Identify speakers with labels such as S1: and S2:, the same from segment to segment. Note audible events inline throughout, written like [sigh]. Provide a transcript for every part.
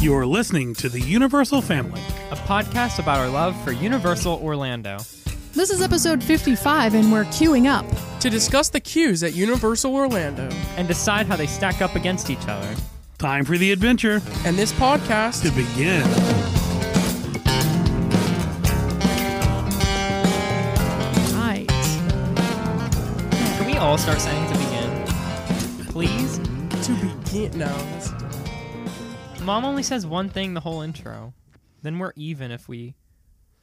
S1: You're listening to the Universal Family.
S2: a podcast about our love for Universal Orlando.
S3: This is episode 55, and we're queuing up.
S4: to discuss the queues at Universal Orlando.
S2: and decide how they stack up against each other.
S1: Time for the adventure
S4: And this podcast
S1: to begin.
S3: Right.
S2: Can we all start saying to begin? Please?
S4: to begin now. that's-
S2: Mom only says one thing the whole intro. Then we're even if we.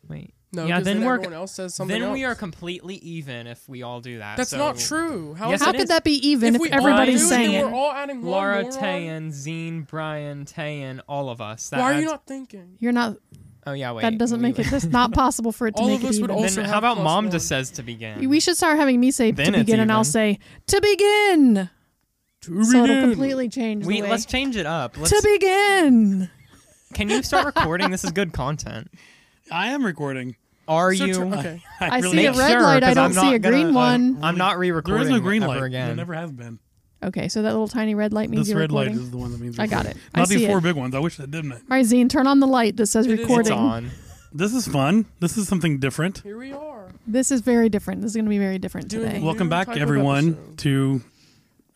S2: Wait.
S4: No,
S2: yeah,
S4: 'cause
S2: then, we're.
S4: everyone else says something.
S2: Then we are
S4: else.
S2: completely even if we all do that.
S4: That's
S2: so-
S4: not true. How
S2: Yes,
S4: is
S3: How
S2: it
S3: could
S2: is.
S3: that be even if,
S4: If we all
S3: everybody's
S2: do it,
S4: then
S3: saying
S4: we're all adding one
S2: Laura
S4: moron?
S2: Tayan, Zine, Brian, Tayan, all of us. That
S4: Why are you
S2: adds-
S4: not thinking?
S3: You're not.
S2: Oh yeah, wait.
S3: That doesn't
S2: we
S3: make
S2: would-
S3: it. That's not possible for it to
S4: All
S3: make
S4: of
S3: it
S4: us would
S3: even.
S2: [laughs]
S4: also
S2: Then
S4: have
S2: how about
S4: plus
S2: mom
S4: one.
S2: just says to begin?
S3: we should start having me say to
S2: Then it's
S3: begin, and I'll
S2: even.
S3: say to begin.
S4: To
S3: So it'll
S4: begin.
S3: completely change
S2: We-
S3: the way.
S2: let's change it up. Let's,
S3: to begin.
S2: can you start recording? this is good content.
S1: I am recording.
S2: Are
S4: So
S2: you?
S4: tr-
S1: Uh,
S4: okay.
S3: I
S1: really
S3: see a
S1: am.
S2: Make
S3: red
S2: sure,
S3: light. I
S2: 'cause
S3: don't
S2: I'm
S3: see
S2: not
S3: a green
S2: gonna, uh,
S3: one.
S2: I'm not
S1: There
S2: re-recording.
S1: is no green
S2: ever
S1: light.
S2: again.
S1: There never have been.
S3: okay, so that little tiny red light means
S1: this
S3: you're
S1: red
S3: recording.
S1: light is the one that means.
S3: I got
S1: recording.
S3: it. I
S1: Not these
S3: see
S1: four
S3: it.
S1: big ones. I wish that didn't. I?
S3: All right, Zine, turn on the light that says
S4: It is- it's
S2: It's
S3: recording.
S2: on.
S1: This is fun. This is something different.
S4: Here we are.
S3: This is very different. This is going to be very different
S4: Doing
S3: today.
S4: Well,
S1: Welcome
S4: New
S1: back,
S4: type of
S1: everyone,
S4: episode.
S1: to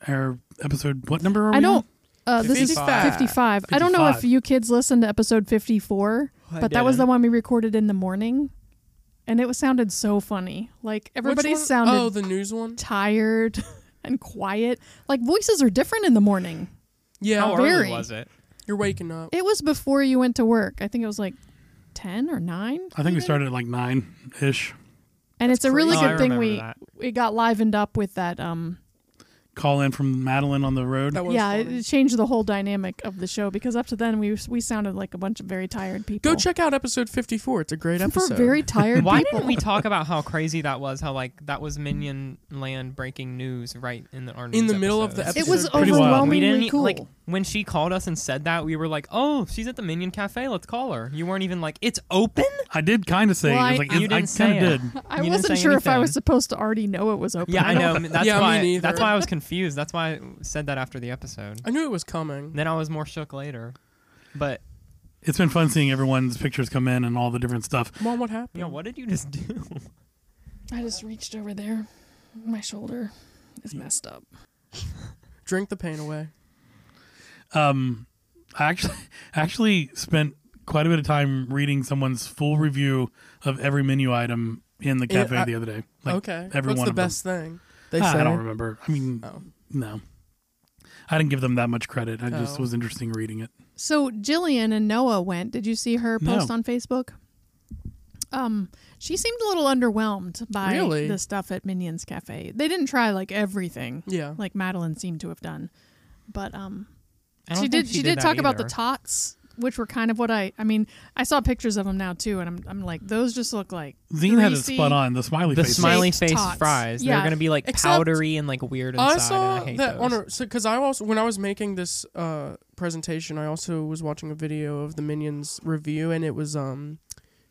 S1: our episode. What number are we
S3: I
S1: on?
S3: don't. Uh, this is
S4: 55.
S3: 55. I don't know if
S1: 55.
S3: you kids listened to episode 54,
S2: I
S3: but that was the
S2: didn't.
S3: one we recorded in the morning. And it was sounded so funny. Like everybody
S4: Which one?
S3: sounded
S4: Oh, the news one.
S3: tired [laughs] and quiet. Like voices are different in the morning.
S4: Yeah,
S2: How
S3: very-
S2: early was it?
S4: you're waking up.
S3: It was before you went to work. I think it was like 10 or 9.
S1: I think we started at like nine ish.
S3: And it's a really
S2: crazy. Oh, I
S3: good thing
S2: remember
S3: we
S2: that.
S3: it got livened up with that um
S1: Call in from Madeline on the road.
S4: That was
S3: yeah, it,
S4: funny.
S3: it changed the whole dynamic of the show because up to then we we sounded like a bunch of very tired people.
S4: Go check out episode 54. It's a great
S3: for
S4: episode.
S3: very
S2: [laughs]
S3: tired
S2: Why
S3: people.
S2: didn't we talk about how crazy that was? How like that was Minion Land breaking news right in the our
S4: In
S2: news
S4: the middle of the
S2: episodes.
S3: It
S4: episode.
S3: was
S1: Pretty wild.
S2: we
S3: overwhelmingly
S2: didn't e-
S3: cool.
S2: like when she called us and said that we were like, "Oh, she's at the Minion Cafe. Let's call her." You weren't even like, "It's open."
S1: I did kind of say.
S3: Well,
S1: I
S3: I-
S1: was like,
S2: You
S1: it- I
S2: didn't say
S1: kind of
S2: it.
S1: did.
S3: I
S2: You didn't
S3: wasn't
S2: say
S3: sure if I
S2: anything.
S3: was supposed to already know it was open.
S2: Yeah, I know. That's
S4: Yeah, me
S2: why.
S4: neither.
S2: that's why I was confused. That's why I said that after the episode.
S4: I knew it was coming.
S2: Then I was more shook later. But
S1: It's been fun seeing everyone's pictures come in and all the different stuff.
S4: Mom, what happened?
S2: you know, what did you just do?
S3: I just reached over there. My shoulder is messed up.
S4: Drink the pain away.
S1: Um, I actually [laughs] actually spent quite a bit of time reading someone's full review of every menu item in the
S4: Yeah,
S1: cafe
S4: I-
S1: the other day. Like
S4: okay.
S1: every
S4: What's
S1: one
S4: the
S1: of them.
S4: best thing? They
S1: Ah,
S4: said.
S1: I don't remember. I mean,
S4: Oh.
S1: no, I didn't give them that much credit. I just
S4: Oh.
S1: was interesting reading it.
S3: So Jillian and Noah went. Did you see her
S1: No.
S3: post on Facebook? Um, she seemed a little underwhelmed by
S4: Really?
S3: the stuff at Minions Cafe. They didn't try like everything,
S4: Yeah.
S3: like Madeline seemed to have done, but um,
S2: I don't
S3: she
S2: think
S3: did. She, did,
S2: that
S3: talk about the
S2: either.
S3: tots, which were kind of what I. I mean, I saw pictures of them now too, and I'm, I'm like, those just look like
S1: Zine had it
S3: greasy-
S1: spot on the smiley
S2: the
S1: face.
S2: smiley
S3: Shaped
S2: face
S3: tots.
S2: fries.
S3: Yeah.
S2: They're gonna be like
S4: Except
S2: powdery and like weird inside.
S4: I saw
S2: and I hate
S4: that
S2: those.
S4: on a because I also when I was making this uh, presentation, I also was watching a video of the Minions review, and it was um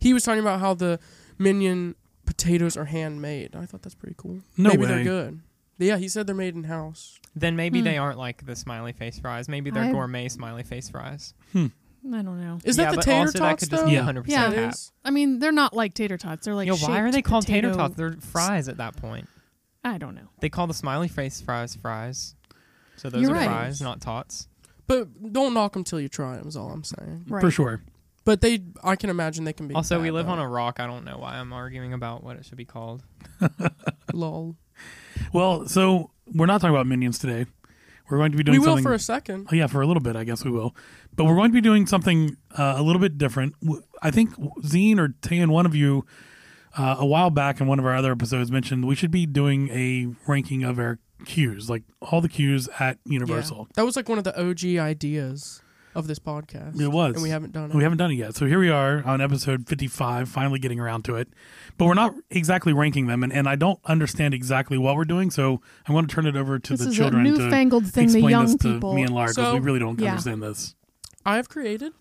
S4: he was talking about how the Minion potatoes are handmade. I thought that's pretty cool.
S1: No
S4: Maybe
S1: way.
S4: they're good. Yeah, he said they're made in house.
S2: Then maybe
S3: Hmm.
S2: they aren't like the smiley face fries. Maybe they're
S3: I-
S2: gourmet smiley face fries.
S3: I don't know.
S4: Is
S2: yeah,
S4: that the
S2: but
S4: tater
S2: also
S4: tots
S2: that could just
S4: though?
S2: be
S1: Yeah.
S2: 100%
S3: Yeah.
S4: It
S2: cap.
S4: is.
S3: I mean, they're not like tater tots. They're like
S2: Yo, why are
S3: shaped
S2: they called tater
S3: potato-
S2: tots? They're fries at that point.
S3: I don't know.
S2: They call the smiley face fries fries. So those
S3: You're
S2: are
S3: right.
S2: fries, not tots.
S4: But don't knock them till you try them. Is all I'm saying.
S3: Right.
S1: for sure.
S4: But they, I can imagine they can be.
S2: Also, we live on a rock. I don't know why I'm arguing about what it should be called.
S4: a lol.
S1: Well, so we're not talking about minions today. We're going to be doing
S4: We will
S1: something
S4: for a second.
S1: Oh, yeah, for a little bit, I guess we will. But we're going to be doing something uh, a little bit different. W- I think Zine or Tan, one of you, uh, a while back in one of our other episodes, mentioned we should be doing a ranking of our queues, like all the queues at
S4: Yeah.
S1: Universal.
S4: That was like one of the OG ideas of this podcast.
S1: It was.
S4: and we haven't done it.
S1: We haven't done it yet. So here we are on episode 55, finally getting around to it. But we're not exactly ranking them, and, and I don't understand exactly what we're doing. So I'm going to turn it over to
S3: This
S1: the
S3: is a
S1: children to
S3: newfangled thing the
S1: explain
S3: young
S1: this to
S3: people.
S1: me and Lara because
S4: So-
S1: we really don't
S3: Yeah.
S1: understand this.
S4: I have created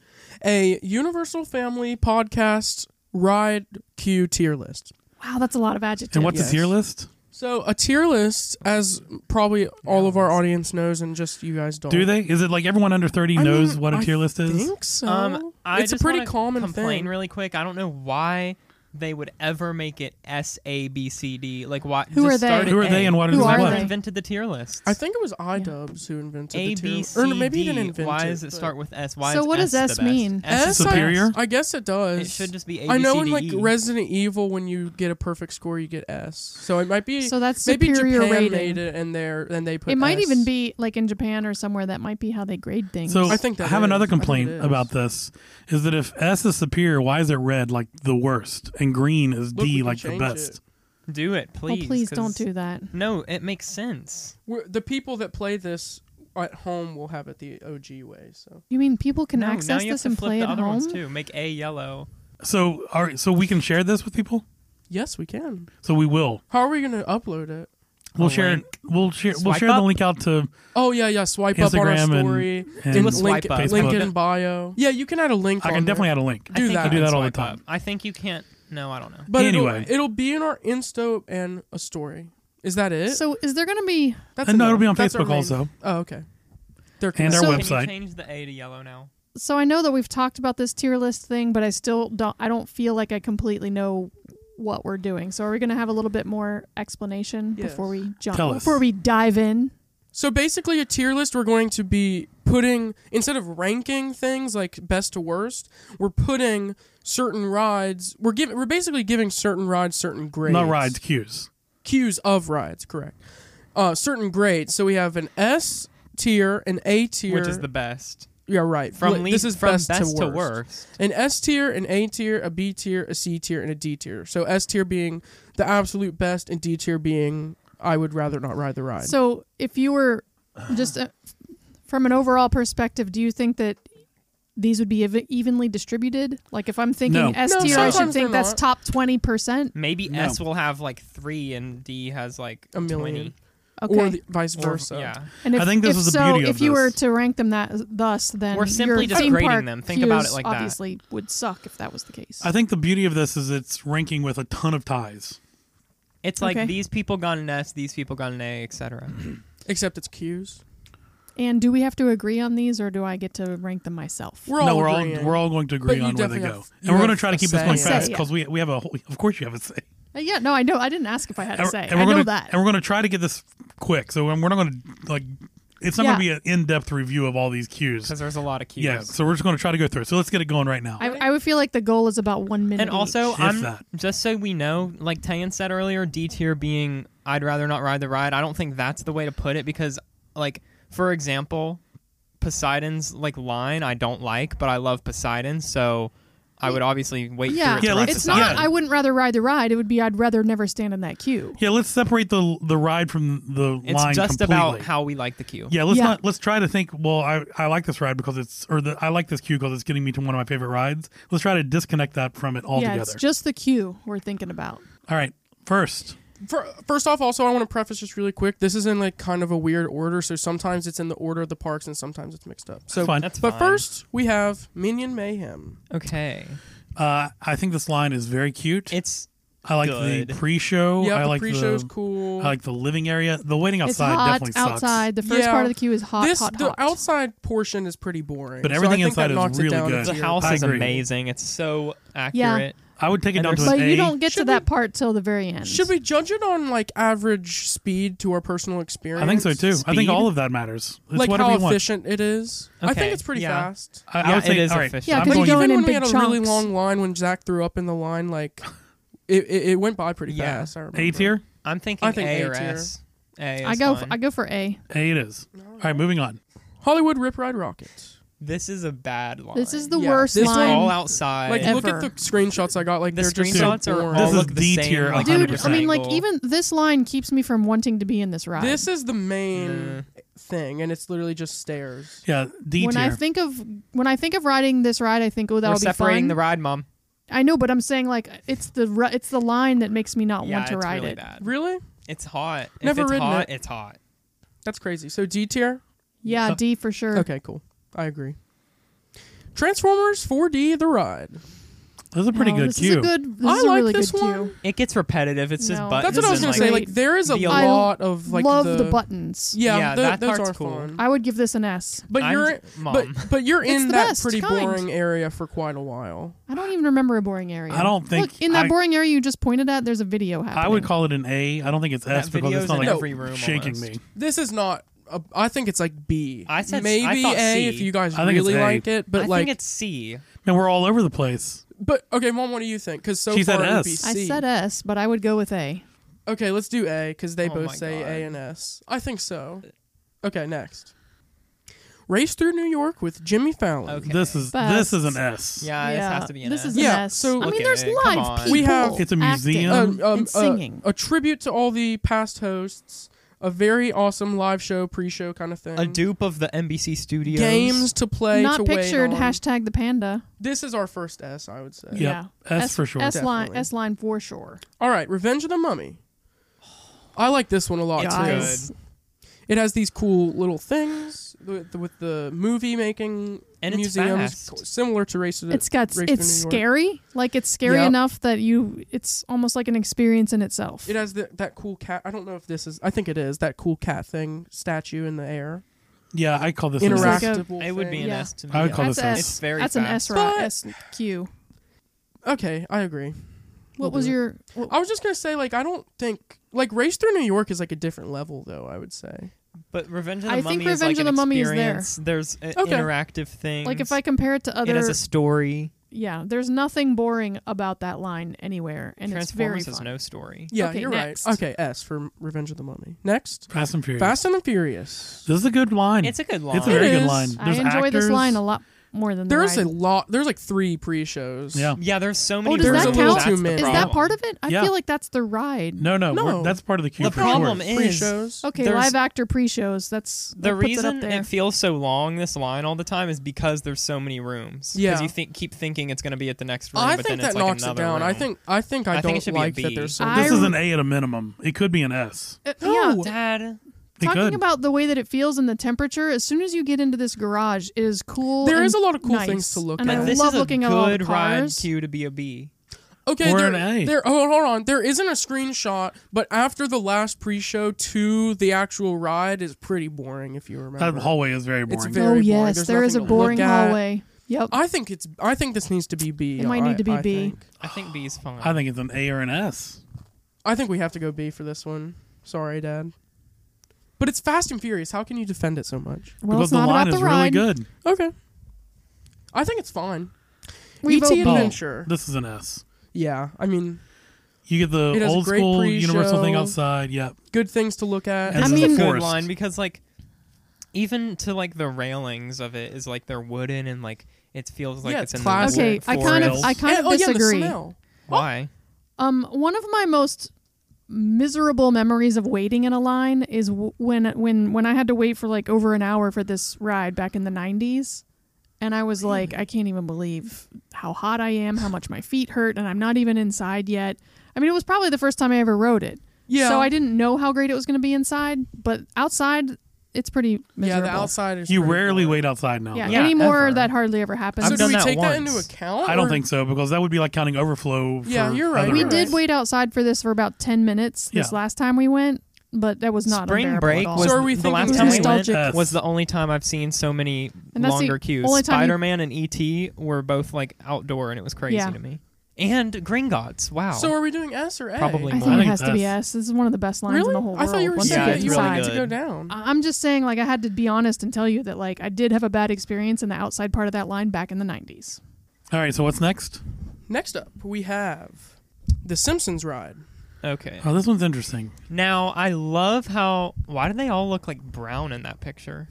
S4: a Universal Family podcast ride queue tier list.
S3: Wow, that's a lot of adjectives.
S1: And what's
S4: Yes.
S1: the tier list?
S4: So a tier list, as probably all of our audience knows, and just you guys don't.
S1: Do they? Is it like everyone under 30
S4: Oh. I
S1: knows
S4: mean,
S1: what a
S4: I
S1: tier list is?
S4: Think so.
S2: Um, I
S4: it's a
S2: just
S4: pretty
S2: wanna
S4: common
S2: complain
S4: thing.
S2: really quick. I don't know why they would ever make it S A B C D. Like why?
S3: Who
S2: just
S3: are they?
S2: start at
S1: Who are
S2: A.
S1: they and what is
S3: Who are
S1: what?
S3: they?
S2: invented the tier list?
S4: I think it was iDubbbz who invented
S2: A
S4: the tier
S2: B
S4: list.
S2: C
S4: Or
S2: D.
S4: maybe he didn't invent
S2: Why
S4: it.
S2: does it
S4: but-
S2: start with S? Why
S3: So
S2: is
S3: what does
S2: S the
S3: S
S2: best?
S3: mean?
S2: S is
S4: S,
S2: the
S4: I-
S1: superior?
S2: best.
S4: I guess it does.
S2: It should just be A B C D.
S4: I know in like
S2: E.
S4: Resident Evil, when you get a perfect score, you get S. So it might be
S3: So that's
S4: maybe
S3: superior
S4: Japan
S3: rating.
S4: made it and they and they put.
S3: it might
S4: S.
S3: even be like in Japan or somewhere that might be how they grade things.
S1: So
S4: I think that
S1: I have
S4: is.
S1: another
S4: I think it
S1: complaint
S4: is.
S1: about this is that if S is superior, why is it red like the worst and green is
S4: Look, we
S1: D
S4: can
S1: like the
S4: change
S1: best?
S4: it.
S2: Do it,
S3: well,
S2: please.
S3: Oh, please don't
S2: 'cause-
S3: do that.
S2: No, it makes sense.
S4: We're, the people that play this at home will have it the OG way. So
S3: You mean people can
S2: no, now
S3: access
S2: you have
S3: this
S2: to
S3: and
S2: flip
S3: play
S2: the
S3: at
S2: other
S3: home?
S2: ones too. Make A yellow.
S1: So all right, so we can share this with people.
S4: yes, we can.
S1: So we will.
S4: How are we gonna upload it?
S1: We'll
S2: A
S1: share.
S2: link.
S1: We'll share. we'll
S2: Swipe
S1: share the
S2: up.
S1: link out to.
S4: Oh yeah, yeah. Swipe up on our
S1: Instagram and-
S4: story.
S1: and
S4: in
S2: Do a swipe
S4: link,
S2: up.
S4: link
S1: Facebook.
S4: in bio. Yeah, you can add a link.
S1: I
S4: on
S1: can
S4: there.
S1: definitely add a link.
S4: Do
S2: I think
S4: that.
S2: you
S4: I do
S2: can
S1: that all the
S2: swipe up.
S1: time.
S2: I think you can't. No, I don't know.
S4: But
S1: Anyway.
S4: it'll, it'll be in our Insta and a story. Is that it?
S3: So is there going to be?
S4: That's
S1: And no,
S4: enough.
S1: it'll be on
S4: That's our
S1: Facebook
S4: main-
S1: also.
S4: Oh, okay. They're
S1: And our
S3: So-
S2: Can
S1: website.
S2: you change the A to yellow now?
S3: So I know that we've talked about this tier list thing, but I still don't. I don't feel like I completely know what we're doing. So are we going to have a little bit more explanation
S4: Yes.
S3: before we jump?
S1: Tell us.
S3: before we dive in.
S4: So basically, a tier list, we're going to be putting, instead of ranking things like best to worst, we're putting certain rides, we're giving, we're basically giving certain rides certain grades.
S1: Not rides, cues.
S4: Cues of rides, correct. Uh, certain grades. So we have an S tier, an A tier.
S2: Which is the best?
S4: Yeah, right.
S2: From
S4: Li-
S2: least,
S4: this is
S2: from
S4: best,
S2: to
S4: worst.
S2: worst.
S4: An S tier, an A tier, a B tier, a C tier, and a D tier. So S tier being the absolute best, and D tier being I would rather not ride the ride.
S3: So if you were just uh, from an overall perspective, do you think that these would be ev- evenly distributed? Like if I'm thinking
S1: No.
S3: S
S4: No,
S3: tier, I should
S4: sometimes
S3: think
S4: they're
S3: that's
S4: not.
S3: top twenty percent.
S2: Maybe
S1: No.
S2: S will have like three and D has like
S4: A million.
S2: 20.
S3: Okay.
S4: Or the, vice
S2: Or-
S4: versa.
S2: yeah.
S3: and if,
S1: I think this
S3: if
S1: is the
S3: so,
S1: beauty of
S3: if you were
S1: this.
S3: to rank them that thus, then
S2: We're simply
S3: your
S2: just
S3: theme
S2: grading
S3: park
S2: them. Think about
S3: cues
S2: it like that.
S3: obviously would suck if that was the case.
S1: I think the beauty of this is it's ranking with a ton of ties.
S2: It's like
S3: Okay.
S2: these people got an S, these people got an A, etc.
S1: Mm.
S4: Except it's cues.
S3: and do we have to agree on these, or do I get to rank them myself?
S4: We're all
S1: no, we're
S4: agreeing.
S1: all we're all going to agree
S4: you
S1: on where they
S4: definitely
S1: go,
S4: have-
S1: and
S4: you
S1: we're going to
S4: have
S1: try to
S4: a
S1: keep this
S4: say.
S1: going
S3: Say,
S1: fast
S3: yeah.
S1: because we we have a whole, of course you have a say.
S3: Uh, yeah, no, I know. I didn't ask if I had to say.
S1: we're
S3: I know
S1: gonna,
S3: that.
S1: And we're going to try to get this quick. So we're not going to like. It's not
S3: Yeah.
S1: going to be an in-depth review of all these cues.
S2: Because there's a lot of cues.
S1: Yeah. So we're just going to try to go through. it. So let's get it going right now.
S3: I, I would feel like the goal is about one minute.
S2: and also,
S1: If
S2: I'm
S1: that.
S2: just so we know, like Tayan said earlier, D tier being I'd rather not ride the ride. I don't think that's the way to put it because, like, for example, Poseidon's like line I don't like, but I love Poseidon, so I would obviously wait.
S3: Yeah,
S2: for it to
S1: Yeah,
S2: ride
S1: let's-
S3: it's
S1: Yeah.
S3: not.
S2: Poseidon.
S3: I wouldn't rather ride the ride. It would be I'd rather never stand in that queue.
S1: yeah. Let's separate the the ride from the
S2: It's
S1: line
S2: just
S1: completely.
S2: about how we like the queue.
S1: Yeah, let's
S3: Yeah.
S1: not let's try to think. Well, I, I like this ride because it's or the, I like this queue because it's getting me to one of my favorite rides. Let's try to disconnect that from it
S3: yeah,
S1: altogether.
S3: it's just the queue we're thinking about.
S1: All right, first,
S4: Fir- First off, also I want to preface just really quick. This is in like kind of a weird order, so sometimes it's in the order of the parks and sometimes it's mixed up. So,
S1: That's fine.
S2: That's
S4: but
S2: fine.
S4: first we have Minion Mayhem.
S2: okay,
S1: uh, I think this line is very cute.
S2: it's
S1: I like the
S2: good.
S1: pre-show.
S4: yeah,
S1: I
S4: the
S1: like
S4: pre-show's
S1: the
S4: cool.
S1: I like the living area. The waiting
S3: It's
S1: outside
S3: hot
S1: definitely sucks.
S3: outside. The first
S4: Yeah.
S3: part of the queue is hot,
S4: this
S3: hot,
S4: the
S3: hot.
S4: outside portion is pretty boring,
S1: But
S4: so I
S1: everything
S4: think
S1: inside
S4: that
S1: is
S4: knocks it
S1: really
S4: down a
S1: good.
S2: the
S4: tier.
S2: house
S1: I
S2: is
S1: agree.
S2: amazing. It's so accurate.
S1: I would take it
S2: And
S1: down to
S2: there's-
S1: an
S3: but you
S1: A.
S3: don't get to
S4: Should
S3: that part till the very end.
S4: Should we judge it on like average speed to our personal experience?
S1: I think so too. I think
S2: Speed?
S1: all of that matters. It's
S4: like
S1: whatever
S4: how
S1: you want.
S4: efficient it is. I
S2: Okay,
S4: think it's pretty
S2: yeah.
S4: fast.
S1: I, I
S2: Yeah,
S1: would say
S2: it is
S1: all right,
S2: efficient.
S3: Yeah,
S1: I'm
S3: because you
S1: going-
S3: go in
S4: Even
S3: in
S4: when we
S3: big
S4: had a really
S3: chunks.
S4: long line when Zach threw up in the line, like it, it, it went by pretty
S2: Yeah.
S4: fast. I remember.
S1: A tier.
S2: I'm thinking
S4: I think
S2: A,
S4: A
S2: or
S4: tier.
S2: S. A is
S3: I go.
S2: fine.
S3: I go for A.
S1: A it is. All right, moving on.
S4: Hollywood Rip Ride Rocket.
S2: This is a bad line.
S3: This is the
S4: Yeah,
S3: worst
S4: this
S2: It's
S3: line.
S2: all outside.
S4: Like,
S3: Ever.
S4: look at the screenshots I got. Like,
S2: the
S4: they're
S2: screenshots
S4: just so
S2: are
S4: boring.
S2: all
S1: This is
S2: look the
S1: D
S2: same,
S1: tier,
S2: like,
S3: Dude, I
S2: 100%
S3: mean, like
S2: angle.
S3: even this line keeps me from wanting to be in this ride.
S4: This is the main
S2: Mm.
S4: thing, and it's literally just stairs.
S1: Yeah, D
S3: when I
S1: tier.
S3: think of when I think of riding this ride, I think, oh, that
S2: we're
S3: would be
S2: separating
S3: fun.
S2: the ride, mom.
S3: I know, but I'm saying like it's the ru- it's the line that makes me not
S2: yeah,
S3: want to
S2: it's
S3: ride
S2: really
S3: it.
S2: bad.
S4: Really?
S2: It's hot. If
S4: Never
S2: it's
S4: ridden
S2: hot,
S4: it.
S2: It's hot.
S4: That's crazy. So D tier.
S3: Yeah,
S1: Yeah.
S3: D for sure.
S4: Okay, cool. I agree. Transformers 4D: The Ride.
S1: That's a pretty
S3: No,
S1: good
S3: Oh, this
S1: cue.
S3: Is a good, this
S4: I
S3: is a
S4: like
S3: really
S4: this
S3: good
S4: one.
S3: cue.
S2: It gets repetitive. It's just
S3: No.
S2: buttons.
S3: That's
S4: That's what I was
S2: and,
S4: gonna
S2: Uh, like,
S4: say. Like there is a
S2: the
S3: alarm.
S4: lot of like
S3: Love
S4: the,
S3: the, buttons.
S4: Yeah,
S2: Yeah,
S4: tho-
S2: that
S4: those
S2: part's
S4: are
S2: cool.
S4: fun.
S3: I would give this an S.
S4: but
S2: I'm-
S4: you're
S2: mom.
S4: but but you're
S3: It's
S4: in
S3: the
S4: that
S3: best
S4: pretty
S3: kind.
S4: boring area for quite a while.
S3: I don't even remember a boring area.
S1: I don't think
S3: Look, in that
S1: I-
S3: boring area you just pointed at, there's a video happening.
S1: I would call it an A. I don't think it's
S2: That
S1: S because
S2: video's
S1: it's not
S2: in
S1: like
S4: every
S2: room
S1: shaking
S2: almost.
S1: me.
S4: This is not. A, I think it's like B.
S2: I said s- I
S4: maybe
S2: thought
S4: A
S2: C.
S4: if you guys
S1: I think it's
S4: really
S1: A.
S4: liked it. But
S2: I
S4: like,
S2: think it's C.
S1: Man, we're all over the place.
S4: but okay, mom, what do you think? Because so
S1: She said
S4: far it would
S1: S.
S4: be
S3: I
S4: C.
S3: said S, but I would go with A.
S4: Okay, let's do A because they
S2: Oh
S4: both
S2: my
S4: say
S2: God.
S4: A and S. I think so. Okay, next. Race through New York with Jimmy Fallon.
S2: Okay.
S1: This is
S3: Best.
S1: this is an S.
S4: Uh,
S2: Yeah, this has to be an
S3: This
S2: S.
S3: is
S4: Yeah,
S3: an S.
S4: so-
S3: I mean,
S2: Okay,
S3: there's
S2: come
S3: live
S2: on.
S3: people.
S4: We have-
S1: It's a
S3: acting
S1: museum.
S4: Um, um,
S3: and
S4: uh,
S3: singing.
S4: a tribute to all the past hosts. A very awesome live show, pre-show kind of thing.
S2: a dupe of the NBC studios.
S4: Games to play.
S3: Not
S4: uh, to
S3: pictured.
S4: Wait on.
S3: Hashtag the panda.
S4: This is our first S, I would say.
S1: Yep. S, for sure.
S3: S line.
S4: Definitely.
S3: S line for sure.
S4: All right, Revenge of the Mummy. I like this one a lot
S2: It's
S4: too.
S2: good.
S3: Guys.
S4: It has these cool little things with the, with the movie making
S2: And it's
S4: museums,
S2: fast.
S4: co- similar to Race of the
S3: It's got.
S4: Race
S3: It's
S4: to New York.
S3: scary. Like it's scary
S4: Yep.
S3: enough that you. It's almost like an experience in itself.
S4: It has the, that cool cat. I don't know if this is. I think it is that cool cat thing statue in the air.
S1: Yeah, I call this an S.
S3: like a-
S4: Interactable.
S2: It would be an
S4: thing.
S3: Yeah.
S2: S to me.
S1: I would call
S3: That's
S1: this
S3: a
S1: an
S3: S.
S1: S.
S2: It's very
S3: That's an S
S2: fast.
S3: ra-
S4: But-
S3: S Q.
S4: okay. I agree. We'll
S3: What was
S4: do it.
S3: your? What,
S4: I was just gonna say like I don't think like Race through New York is like a different level though. I would say.
S2: But Revenge of the
S3: I
S2: Mummy
S3: think
S2: is like
S3: Revenge of
S2: an
S3: the Mummy is there.
S2: experience. There's uh,
S4: Okay.
S2: interactive things.
S3: like if I compare it to
S2: it has
S3: other.
S2: a story.
S3: yeah, there's nothing boring about that line anywhere, and it's very
S2: Transformers has
S3: fun.
S2: no story.
S4: Yeah,
S3: Okay,
S4: you're
S3: next.
S4: right. Okay, S for Revenge of the Mummy. Next,
S1: Fast and Furious.
S4: Fast and Furious.
S1: This is a good line.
S2: It's a good line.
S1: It's a very
S4: It
S1: good
S4: is.
S1: line.
S3: I
S1: There's
S3: enjoy
S1: actors.
S3: this line a lot more than
S4: There's
S3: the
S4: a
S3: ride.
S4: lot. There's like three pre-shows.
S1: Yeah.
S2: Yeah, there's so many.
S3: Oh, does
S4: There's
S3: that
S4: a little
S3: count?
S4: too
S2: That's the
S4: many.
S3: Is that
S2: problem.
S3: part of it? I
S1: Yeah.
S3: feel like that's the ride.
S1: No, no,
S4: No.
S1: we're- that's part of the cue.
S2: The
S1: for
S2: problem
S1: sure.
S2: is
S4: Pre-shows.
S3: Okay,
S2: There's-
S3: live actor pre-shows. That's
S2: The
S3: that puts it
S2: reason
S3: up there.
S2: it feels so long, this line all the time, is because there's so many rooms.
S4: Yeah.
S2: Because you think keep thinking it's going to be at the next room,
S4: I
S2: but
S4: think
S2: then
S4: that
S2: it's like
S4: knocks it
S2: another
S4: down. I
S2: room.
S4: think I think I,
S2: I think
S4: don't
S2: it should be a
S4: like that
S2: B.
S4: there's so
S3: I
S1: this is
S3: rem-
S1: an A at a minimum. It could be an S.
S3: Uh, yeah,
S4: No.
S2: Dad.
S1: It
S3: talking
S1: could.
S3: about the way that it feels and the temperature. As soon as you get into this garage, it is cool.
S4: There
S3: and
S4: is a lot of cool
S3: nice.
S4: things to look
S3: and
S4: at.
S3: I
S2: But this
S3: love
S2: is a
S3: looking at all the
S2: good ride
S3: cars.
S2: cue to be a B.
S4: Okay,
S1: Or
S4: there,
S1: an A.
S4: there. Oh, hold on. There isn't a screenshot, but after the last pre-show to the actual ride is pretty boring. If you remember,
S1: That Uh, hallway is very boring.
S4: It's
S3: Oh
S4: very boring.
S3: yes,
S4: There's
S3: there is a
S4: nothing to look
S3: boring
S4: at.
S3: hallway. Yep.
S4: I think it's. I think this needs to be B.
S3: It might need
S4: I-
S3: to be
S4: I
S3: B.
S4: Think.
S2: I
S3: [sighs]
S2: think B is fine.
S1: I think it's an A or an S.
S4: I think we have to go B for this one. Sorry, Dad. But it's Fast and Furious. How can you defend it so much?
S3: well,
S1: because
S3: it's
S1: the
S3: not
S1: line
S3: about
S1: is
S3: the ride.
S1: really good.
S4: Okay. I think it's fine.
S3: We
S4: ET
S3: vote B.
S4: Adventure.
S1: This is an S.
S4: Yeah, I mean,
S1: You get
S4: It
S1: the
S4: has a
S1: old
S4: great
S1: school
S4: pre-show.
S1: universal thing outside. Yep.
S4: good things to look at.
S1: And
S3: I
S1: then
S3: mean-
S1: the
S2: good
S1: forest.
S2: line because like even to like the railings of it is like they're wooden and like it feels like
S4: Yeah,
S2: it's in
S4: classic.
S2: the
S3: Okay,
S2: wood
S3: I kind of
S2: forest.
S3: I kind
S4: And-
S3: of
S4: oh, yeah, the
S3: disagree.
S4: smell.
S2: why
S3: Um, one of my most miserable memories of waiting in a line is w- when when when I had to wait for like over an hour for this ride back in the 90s and I was like I can't even believe how hot I am, how much my feet hurt and I'm not even inside yet. I mean, it was probably the first time I ever rode it.
S4: Yeah.
S3: So I didn't know how great it was going to be inside, but outside it's pretty
S4: Yeah,
S3: miserable.
S4: the outside is.
S1: You
S4: pretty
S1: rarely
S4: boring.
S1: wait outside now.
S3: Yeah,
S1: though.
S2: Yeah,
S3: anymore
S2: ever.
S3: that hardly ever happens.
S4: So
S2: I've
S4: do
S2: done
S4: we
S2: that
S4: take that
S2: once.
S4: into account?
S1: I don't
S4: or-
S1: think so because that would be like counting overflow.
S4: Yeah,
S1: for
S4: you're right.
S1: other
S3: We
S4: Right.
S1: rides.
S3: did wait outside for this for about ten minutes this
S1: Yeah.
S3: last time we went, but that was not
S2: spring
S3: unbearable
S2: break
S3: at all.
S2: was
S4: So are we
S2: the
S4: thinking
S2: last
S3: it's
S2: time we went
S3: nostalgic?
S1: Yes.
S2: was the only time I've seen so many
S3: And that's the
S2: longer queues.
S3: only time you-
S2: Spider-Man and E.T. were both like outdoor and it was crazy
S3: Yeah.
S2: to me. And Gringotts, wow.
S4: So are we doing S or A?
S2: Probably
S3: I
S2: more.
S3: think
S1: I
S3: it
S1: think
S3: has to
S1: it's
S3: be S. This is one of the best lines
S4: Really?
S3: in the whole
S4: I
S3: world.
S4: thought you were
S3: once
S2: Yeah,
S3: you
S4: saying that
S3: get
S2: it's
S4: you
S2: really
S3: inside.
S4: wanted to
S2: good.
S4: go down.
S3: I- I'm just saying, like, I had to be honest and tell you that, like, I did have a bad experience in the outside part of that line back in the 90s.
S1: All right. So what's next?
S4: Next up, we have the Simpsons ride.
S2: okay.
S1: Oh, this one's interesting.
S2: Now I love how why do they all look like brown in that picture?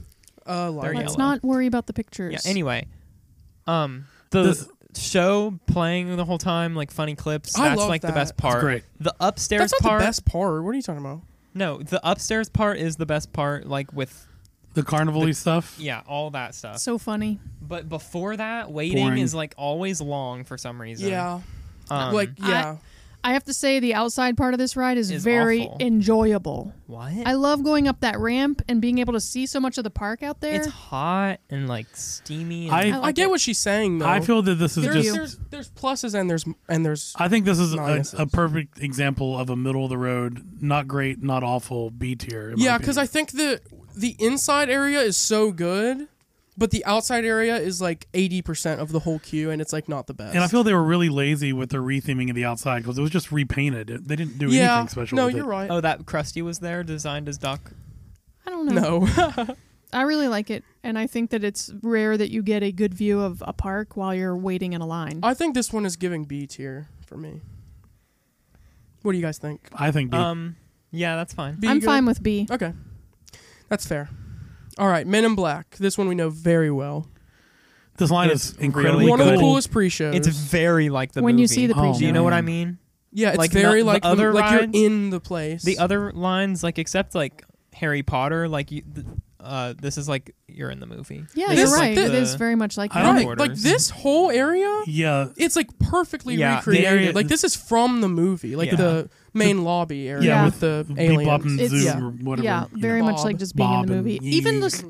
S4: Uh, like-
S2: They're
S3: Let's
S2: yellow.
S3: not worry about the pictures.
S2: Yeah. Anyway, um, the
S1: This-
S2: show playing the whole time, like funny clips.
S4: I
S2: that's
S4: love
S2: like the
S4: that.
S2: best
S4: That's
S2: part.
S1: great.
S2: The upstairs
S4: That's not
S2: part.
S4: the best part. What are you talking about?
S2: No, the upstairs part is the best part. Like with
S1: The carnival y stuff.
S2: yeah, all that stuff.
S3: So funny.
S2: But before that, waiting
S1: Boring.
S2: is like always long for some reason.
S4: Yeah,
S2: Um,
S4: like yeah.
S3: I have to say the outside part of this ride is,
S2: Is
S3: very
S2: awful.
S3: enjoyable.
S2: What?
S3: I love going up that ramp and being able to see so much of the park out there.
S2: it's hot and like steamy. And
S1: I-
S3: I
S4: I
S3: like
S4: get
S3: it.
S4: what she's saying though.
S1: I feel that this is
S4: there's,
S1: just.
S4: there's there's pluses and there's and there's
S1: I think this is a,
S4: Minuses.
S1: a perfect example of a middle of the road, not great, not awful B tier. in my
S4: yeah because I
S1: opinion.
S4: think the the inside area is so good, but the outside area is like eighty percent of the whole queue, and it's like not the best.
S1: And I feel they were really lazy with their retheming of the outside because it was just repainted. It- They didn't do
S4: yeah,
S1: anything special.
S4: no,
S1: with
S4: you're
S1: it.
S4: right.
S2: oh, that Krusty was there, designed as Doc.
S3: I don't know.
S4: no, [laughs]
S3: I really like it, and I think that it's rare that you get a good view of a park while you're waiting in a line.
S4: I think this one is giving B tier for me. What do you guys think?
S1: I think B.
S2: Um, yeah, that's fine.
S4: B
S3: I'm
S4: good?
S3: fine with B.
S4: Okay, that's fair. All right, Men in Black. This one we know very well.
S1: this line
S2: it's
S1: is incredibly
S2: really
S4: one of
S1: good.
S4: the coolest pre-shows.
S2: It's very like the
S3: when
S2: movie.
S3: you see the
S1: Oh,
S3: pre
S2: Do you know what I mean?
S4: yeah, it's
S2: like, not-
S4: very
S2: the
S4: like the-
S2: other
S4: like
S2: rides-
S4: you're in the place.
S2: The other lines, like except like Harry Potter, like you, th- uh, this is like you're in the movie.
S3: Yeah,
S4: This
S3: you're
S4: is like
S3: right.
S4: the-
S3: it is very much like
S1: I don't
S4: right,
S1: think-
S2: Other
S4: like
S2: orders.
S4: this whole area.
S1: Yeah,
S4: It's like perfectly
S2: Yeah, the
S4: recreated.
S1: area-
S4: like this is from the movie, like
S2: Yeah.
S4: the main lobby area
S3: Yeah.
S4: with the
S1: Bebop and
S4: aliens.
S3: It's-
S1: Zoom
S4: yeah.
S1: or whatever.
S3: yeah,
S1: you
S3: very
S1: know.
S3: much
S4: Bob.
S3: like just being in the
S1: Bob
S3: movie.
S1: and
S3: Even
S1: Yee.
S3: just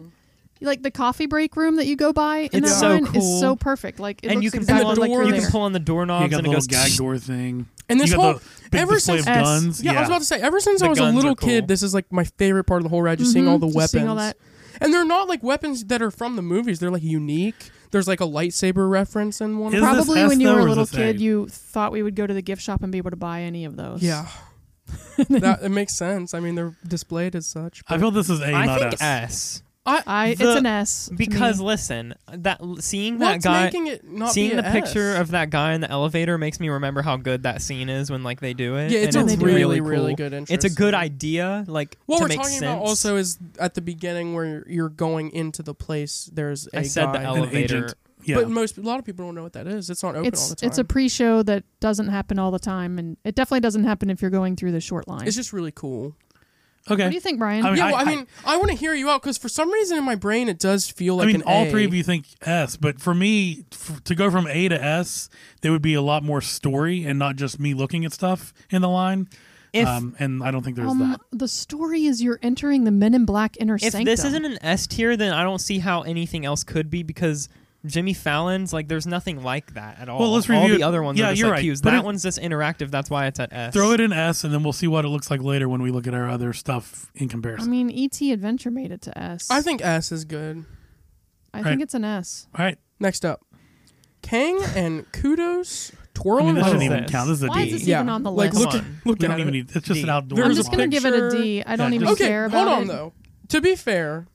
S3: like the coffee break room that you go by in
S2: It's
S3: that
S2: so
S3: line is
S2: cool.
S3: so perfect. Like, it
S2: and
S3: looks
S2: you can
S3: exactly
S2: pull on,
S3: like
S4: door-
S3: you're
S2: you
S3: there.
S2: can pull on the doorknobs
S1: you got
S2: and
S1: the
S2: it
S1: little
S2: goes
S1: gag door thing.
S4: And this
S1: you got
S4: whole
S1: the big
S4: ever
S1: display
S4: since-
S1: of
S3: S.
S1: guns.
S4: yeah, I was about to say. Ever since
S2: The
S4: I was a
S2: guns
S4: little
S2: are cool.
S4: kid, this is like my favorite part of the whole ride. Just seeing
S3: Mhm,
S4: all the
S3: just
S4: weapons,
S3: seeing all that.
S4: and they're not like weapons that are from the movies. They're like unique. There's like a lightsaber reference in one.
S1: Is
S4: of them.
S1: this
S3: Probably
S1: S
S3: when you
S1: though,
S3: were
S1: or
S3: a
S1: is
S3: little
S1: this A?
S3: kid, you thought we would go to the gift shop and be able to buy any of those.
S4: Yeah,
S3: [laughs]
S4: that it makes sense. I mean, they're displayed as such.
S1: I feel this is A,
S2: I
S1: not
S2: think
S1: S.
S2: S
S3: I
S2: The-
S3: it's an S to me.
S2: because listen, that seeing that
S4: What's
S2: guy,
S4: making it not
S2: seeing
S4: be
S2: the
S4: a
S2: picture
S4: S?
S2: of that guy in the elevator makes me remember how good that scene is when like they do it.
S4: Yeah, it's
S2: and
S4: a
S2: it's
S4: really,
S2: cool.
S4: really good intro
S2: It's a good
S4: scene.
S2: idea, like
S4: What
S2: to
S4: we're
S2: make
S4: talking
S2: sense.
S4: about also is at the beginning where you're going into the place. There's a
S2: I said the
S4: guy.
S2: elevator.
S1: agent. Yeah.
S4: But most a lot of people don't know what that is. It's not open all
S3: it's
S4: the time.
S3: it's a pre-show that doesn't happen all the time, and it definitely doesn't happen if you're going through the short line.
S4: It's just really cool.
S1: okay.
S3: What do you think, Brian?
S1: I mean,
S4: yeah, well, I,
S1: I-
S4: mean, I want to hear you out because for some reason in my brain it does feel like
S1: I mean,
S4: an
S1: all
S4: A.
S1: three of you think S, but for me, f- to go from A to S, there would be a lot more story and not just me looking at stuff in the line.
S2: If-
S4: uh,
S1: um, and I don't think there's
S3: um,
S1: that.
S3: the story is you're entering the Men in Black inner
S2: if
S3: sanctum.
S2: this isn't an S tier, then I don't see how anything else could be because Jimmy Fallon's like there's nothing like that at all.
S1: Well, let's
S2: all
S1: review
S2: the
S1: it.
S2: other ones.
S1: Yeah,
S2: are just
S1: you're
S2: like
S1: right.
S2: cues.
S1: Put
S2: That
S1: it-
S2: one's just interactive. That's why it's at S.
S1: Throw it in S, and then we'll see what it looks like later when we look at our other stuff in
S3: I
S1: comparison.
S3: mean, ET Adventure made it to S.
S4: I think S is good.
S3: I
S1: Right.
S3: think it's an S.
S1: all right.
S4: Next up, Kang and Kudos
S1: I
S4: twirling.
S1: mean, this
S2: what
S1: shouldn't
S2: is
S1: even
S2: this?
S1: count. This is a D.
S3: Why is this
S4: yeah,
S3: even on the
S4: like
S3: list?
S4: look, at,
S2: Come
S4: look
S1: we
S4: at
S1: don't
S4: it.
S1: even need. It's just
S2: D.
S1: an outdoor.
S4: There's
S3: I'm
S4: a
S3: just gonna give it a
S4: picture.
S3: D. I don't
S1: Yeah,
S3: even
S1: just-
S4: okay,
S3: care about
S4: hold on
S3: it.
S4: though. To be fair,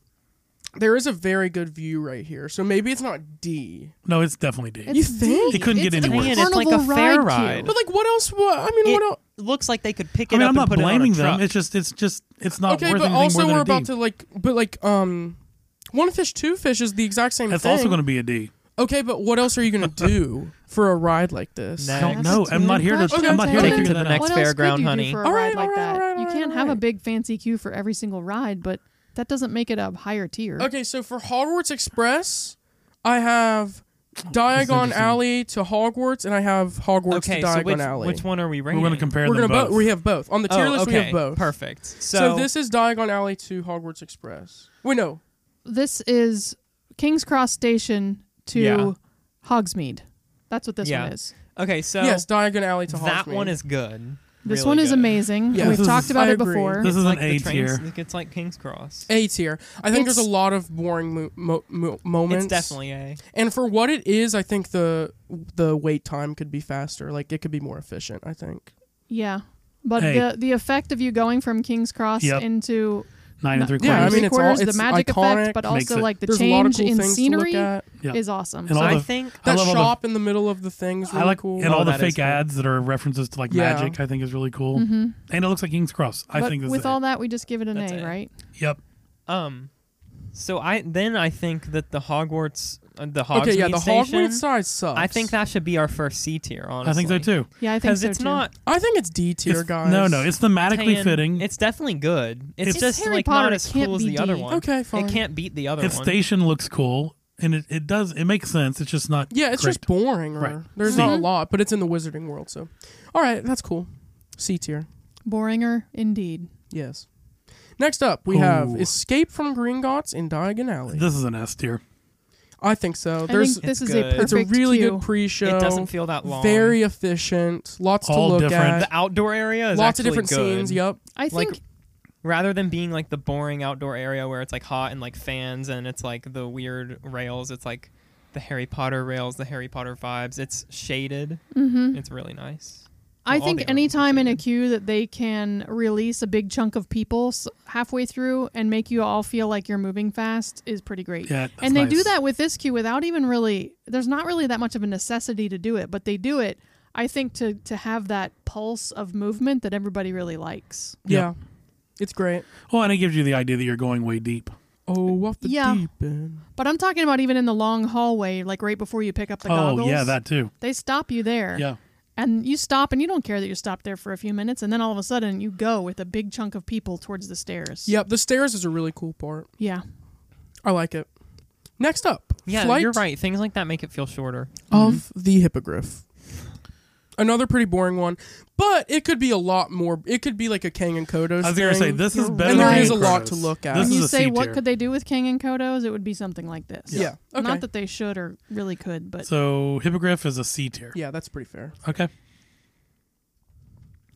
S4: there is a very good view right here, so maybe it's not D.
S1: no, it's definitely D.
S3: It's
S4: You think?
S3: D.
S1: It couldn't get
S3: It's a
S1: any worse.
S2: Man, it's like a
S3: carnival
S2: fair
S3: ride.
S2: ride.
S4: But like, what else? What I mean,
S2: It-
S4: what else?
S2: Looks like they could pick it
S1: I mean, I'm
S2: up and
S1: not
S2: put it on a
S1: blaming them.
S2: truck.
S1: It's just, it's just, it's
S2: Uh,
S1: not
S4: okay,
S1: worth
S4: but
S1: anything
S4: also
S1: more than
S4: we're
S1: a D.
S4: about to like, but like, um, one fish, two fish is the exact same
S1: That's
S4: thing.
S1: also going to be a D.
S4: Okay, but what else are you
S2: [laughs]
S4: gonna do for a ride like this?
S2: No.
S1: I
S2: Hey.
S1: don't know. I'm not here to.
S3: That's
S1: I'm not here to
S2: Take it
S1: figure
S2: to the
S1: that
S2: next
S1: out.
S3: what else could
S2: fairground,
S3: you do
S2: honey.
S3: For a
S4: All
S3: ride
S4: right,
S3: like
S4: all right,
S3: that,
S4: all right,
S3: you
S4: all
S3: can't
S4: right,
S3: have a
S4: all
S3: big fancy queue for every single ride, but that doesn't make it a higher tier.
S4: Okay, so for Hogwarts Express, I have Diagon
S1: interesting.
S4: Alley to Hogwarts, and I have Hogwarts
S2: Okay,
S4: to
S2: so
S4: Diagon
S2: which,
S4: Alley.
S2: which one are we
S1: We're
S2: rating?
S1: going to compare
S4: We're
S1: them
S4: gonna
S1: both.
S4: bo- we have both on the tier
S2: oh,
S4: list.
S2: okay.
S4: We have both.
S2: Perfect. So,
S4: So, this is Diagon Alley to Hogwarts Express. Wait, no,
S3: This is King's Cross Station to
S2: Yeah.
S3: Hogsmeade. That's what this
S2: Yeah.
S3: one is.
S2: okay. So
S4: yes, Diagon Alley to Hogwarts.
S2: that one is good.
S3: This
S2: Really
S3: one is
S2: good.
S3: amazing.
S4: Yeah,
S3: We've
S1: this is-
S3: talked about
S4: I
S3: it
S4: agree.
S3: before.
S1: This is
S2: like
S1: an
S2: the
S1: A
S2: trains-
S1: tier.
S2: like- It's like King's Cross.
S4: A tier. I think there's a
S3: It's-
S4: lot of boring mo- mo- mo- moments.
S2: It's definitely A.
S4: And for what it is, I think the the wait time could be faster. Like it could be more efficient. I think.
S3: yeah. But
S1: Hey.
S3: the the effect of you going from King's Cross
S1: Yep.
S3: into
S1: Nine and three
S4: Yeah, I
S1: quarters.
S4: mean, it's all-
S3: quarters,
S4: it's
S3: the magic
S4: iconic,
S3: effect, but
S1: makes
S3: also
S1: it-
S3: like the
S4: there's a lot of
S3: change
S4: cool
S3: in
S4: things
S3: scenery
S4: to look at.
S1: Yeah.
S3: is awesome.
S1: And all
S2: I
S1: the-
S2: think
S1: I
S4: That
S1: love all the-
S4: shop in the middle of the things. Really
S1: I like
S4: cool.
S1: and all
S2: Oh,
S1: the
S2: that is
S1: fake
S2: cool.
S1: ads that are references to like
S4: Yeah.
S1: magic. I think is really cool, and it looks like King's Cross. I
S3: Mm-hmm. but
S1: think this
S3: with
S1: is
S3: all
S1: it.
S3: that, we just give it an
S2: That's
S3: A,
S2: it.
S3: right?
S1: Yep.
S2: um, so I then I think that the Hogwarts, uh, the Hogsmeade
S4: Okay, yeah, the
S2: station.
S4: Hogwarts side sucks.
S2: I think that should be our first C tier. Honestly,
S1: I think so too.
S3: Yeah, I think
S2: Because
S3: so
S2: it's
S3: too.
S2: not
S4: I think it's D tier,
S1: It's-
S4: guys.
S1: No, no, it's thematically
S2: Tan-
S1: fitting. It's,
S2: It's definitely good. It's,
S1: It's-
S2: just
S3: Harry
S2: like
S3: Potter,
S2: not
S3: it
S2: as
S3: can't
S2: cool as
S3: be
S2: the other
S3: D.
S2: one.
S4: okay. Fine.
S2: It can't beat the other
S1: its
S2: one.
S1: station looks cool. and it, it does it makes sense. It's just not
S4: Yeah, it's just
S1: correct.
S4: boring. Or
S1: Right.
S4: There's not a
S3: Mhm.
S4: lot, but it's in the wizarding world. So, all right, that's cool. C tier.
S3: Boringer indeed.
S4: Yes. Next up, we have
S1: Ooh.
S4: Escape from Gringotts in Diagon Alley.
S1: this is an S tier.
S4: I think so.
S3: I
S4: There's
S3: think this
S2: It's
S3: is
S2: good.
S3: a
S2: It's
S3: perfect.
S4: it's a really
S3: cue.
S4: good pre-show.
S2: It doesn't feel that long.
S4: Very efficient. Lots
S1: All
S4: to look
S1: different.
S4: at.
S2: the outdoor area is
S4: Lots of
S2: actually
S4: different
S2: good.
S4: scenes. Yep.
S3: I
S2: like-
S3: think
S2: Rather than being like the boring outdoor area where it's like hot and like fans and it's like the weird rails, it's like the Harry Potter rails, the Harry Potter vibes. It's shaded.
S4: Mm-hmm.
S3: mhm.
S2: It's really nice.
S3: I
S2: Well, all the
S3: think
S2: other
S3: any
S2: ones are
S3: time in a
S2: shaded.
S3: queue that they can release a big chunk of people s- halfway through and make you all feel like you're moving fast is pretty great.
S1: Yeah, that's
S3: and they do
S1: nice.
S3: that with this queue without even really there's not really that much of a necessity to do it, but they do it I think to to have that pulse of movement that everybody really likes.
S1: Yep.
S4: Yeah. It's great.
S1: Well, Oh, and it gives you the idea that you're going way deep.
S4: Oh, off the
S3: Yeah.
S4: deep end.
S3: But I'm talking about even in the long hallway, like right before you pick up the
S1: oh
S3: goggles.
S1: yeah, that too.
S3: they stop you there.
S1: Yeah,
S3: And you stop and you don't care that you're stopped there for a few minutes and then all of a sudden you go with a big chunk of people towards the stairs.
S4: Yep. The stairs is a really cool part.
S3: Yeah.
S4: I like it. Next up,
S2: Yeah,
S4: Flight
S2: you're right. Things like that make it feel shorter.
S4: of
S1: Mm-hmm.
S4: the hippogriff. Another pretty boring one, but it could be a lot more. It could be like a Kang and Kodos.
S1: I was gonna
S4: thing.
S1: say this is
S3: You're
S1: better.
S3: right.
S4: and
S1: than
S4: there is a
S1: King
S4: lot
S1: Kratos.
S4: to look at.
S1: This
S3: When
S1: is
S3: you
S1: a
S3: say
S1: C
S3: what
S1: tier.
S3: could they do with King and Kodos, it would be something like this.
S4: Yeah. Okay.
S3: Not that they should or really could, but
S1: So hippogriff is a C tier.
S4: yeah, that's pretty fair.
S1: Okay.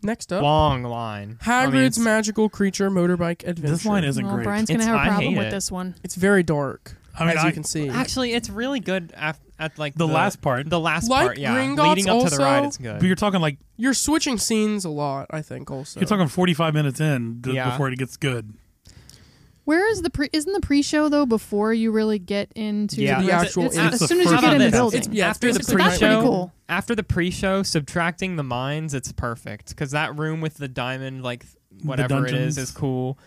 S4: Next up,
S2: Long line. I mean,
S4: Oh. Hagrid's
S2: it's-
S4: magical creature motorbike adventure.
S1: This line isn't
S3: well,
S1: great.
S3: Brian's gonna
S2: It's-
S3: have a
S2: I
S3: problem
S2: hate
S3: with
S2: it.
S3: this one.
S4: It's very dark.
S1: I mean,
S4: as
S1: I-
S4: you can see.
S2: Actually, it's really good af- at like
S1: the, last part.
S2: the last
S4: Like
S2: part. Yeah,
S4: Gringotts
S2: leading up to the ride,
S4: also,
S2: it's good.
S1: but you're talking like
S4: You're switching scenes a lot, I think. Also,
S1: you're talking 45 minutes in d-
S2: Yeah.
S1: before it gets good.
S3: Where is the pre isn't the pre show though before you really get into
S2: Yeah.
S4: The
S3: rest-
S4: actual
S3: it's-
S4: It's
S3: as
S1: the
S3: soon as you
S1: first
S3: get in the
S1: episode.
S3: building.
S4: It's- yeah,
S2: after the
S4: basically
S3: that's pretty
S2: pre-show,
S3: cool.
S2: after the pre-show, subtracting the mines, it's perfect because that room with the diamond, like whatever it
S1: dungeons.
S2: is, is cool.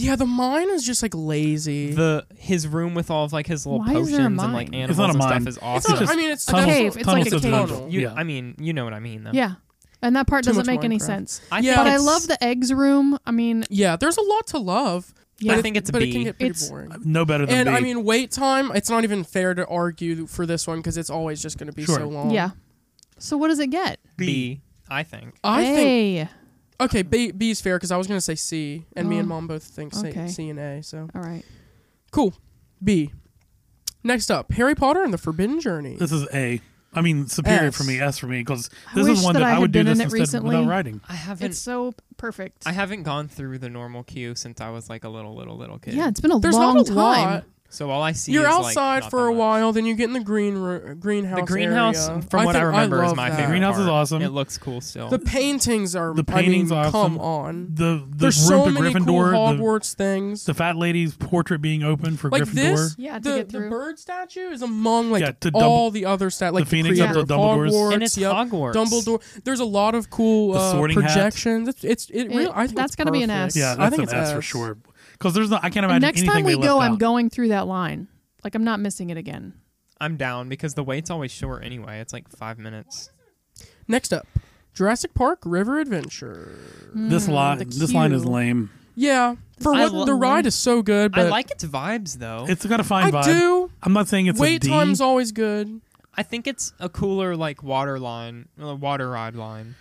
S4: yeah, the mine is just like lazy.
S2: The his room with all of like his little
S3: Why is
S2: potions
S3: there a
S2: and
S3: mine?
S2: like animals
S1: not a
S2: and
S1: mine.
S2: stuff is
S4: it's
S2: awesome.
S4: not, I mean, it's
S3: tunnels-
S4: that's-
S3: cave. It's like a
S1: tunnels of
S3: cave.
S1: dungeon.
S2: you,
S1: yeah.
S2: I mean, you know what I mean. Though.
S3: Yeah. And that part
S4: Too
S3: doesn't
S4: much
S3: make any
S4: Minecraft.
S3: sense.
S2: I
S4: Yeah.
S2: think
S3: But I
S2: it's-
S3: love the eggs room. I mean,
S4: yeah, there's a lot to love.
S3: Yeah.
S4: but
S2: I think it's a
S4: but it
S2: B.
S4: can get pretty
S3: It's-
S4: boring.
S1: no better than
S4: And
S1: B.
S4: I mean, wait time. It's not even fair to argue for this one because it's always just going to be
S1: Sure.
S4: so long.
S3: yeah. So what does it get?
S2: B. I think.
S4: I think
S3: think
S4: okay. B, B is fair because I was going to say C, and me
S3: Oh.
S4: and Mom both think C,
S3: Okay.
S4: C and A. So
S3: All right.
S4: cool. B. Next up, Harry Potter and the Forbidden Journey.
S1: this is A. I mean, superior
S4: S.
S1: for me, S for me, because
S3: I
S1: this
S3: wish
S1: is one
S3: that
S1: that,
S3: I
S1: I
S3: had
S1: would do
S3: been in
S1: this
S3: it
S1: instead
S3: recently.
S1: without writing.
S2: I haven't.
S3: It's so perfect.
S2: I haven't gone through the normal queue since I was like a little little little kid.
S3: yeah, it's been a
S4: There's
S3: long
S4: not a
S3: time.
S4: lot.
S2: So all I see. is,
S4: You're
S2: like,
S4: outside
S2: not
S4: for
S2: that
S4: a
S2: much.
S4: while, then you get in the green ro- greenhouse.
S2: The greenhouse,
S4: area.
S2: from what I
S4: think-
S2: remember, is
S4: love
S2: my
S4: that.
S2: favorite.
S1: Greenhouse is
S2: part.
S1: awesome.
S2: It looks cool still.
S4: The paintings are.
S1: The paintings
S4: I mean,
S1: are awesome.
S4: Come on.
S1: The, the
S4: There's
S1: room
S4: so
S1: to
S4: many cool
S1: Gryffindor, the-
S4: Hogwarts things.
S1: the fat lady's portrait being open for
S4: like
S1: Gryffindor.
S4: this,
S3: Yeah, to
S4: the,
S3: get
S4: the
S3: through.
S4: bird statue is among like
S1: Yeah, to Dumb-
S4: all the other stat, like
S1: Phoenix
S4: creator
S1: up to
S4: of
S1: Dumbledore's.
S4: Hogwarts,
S2: and it's
S4: yep,
S2: Hogwarts.
S4: Dumbledore. There's a lot of cool
S1: The
S4: uh,
S1: sorting hat.
S4: projections. It's, it's it,
S3: It-
S4: really. I think
S3: that's
S4: it's
S3: gotta be an S.
S4: perfect.
S1: yeah, that's
S4: I think
S1: an
S4: it's
S1: S, for sure. Because there's not, I can't imagine
S3: And next
S1: anything
S3: time we
S1: they left
S3: go, I'm
S1: out.
S3: going through that line. Like I'm not missing it again.
S2: I'm down because the wait's always short anyway. It's like five minutes.
S4: Next up, Jurassic Park River Adventure.
S1: This
S3: Mm,
S1: line,
S3: the
S1: this line is
S3: queue.
S1: lame.
S4: Yeah, for
S2: I
S4: what
S2: lo-
S4: the ride is so good, but
S2: I like its vibes though.
S1: It's got a fine
S4: I
S1: vibe.
S4: do.
S1: I'm not saying it's
S4: Wait
S1: a D.
S4: time's always good.
S2: I think it's a cooler like water line, uh, water ride line.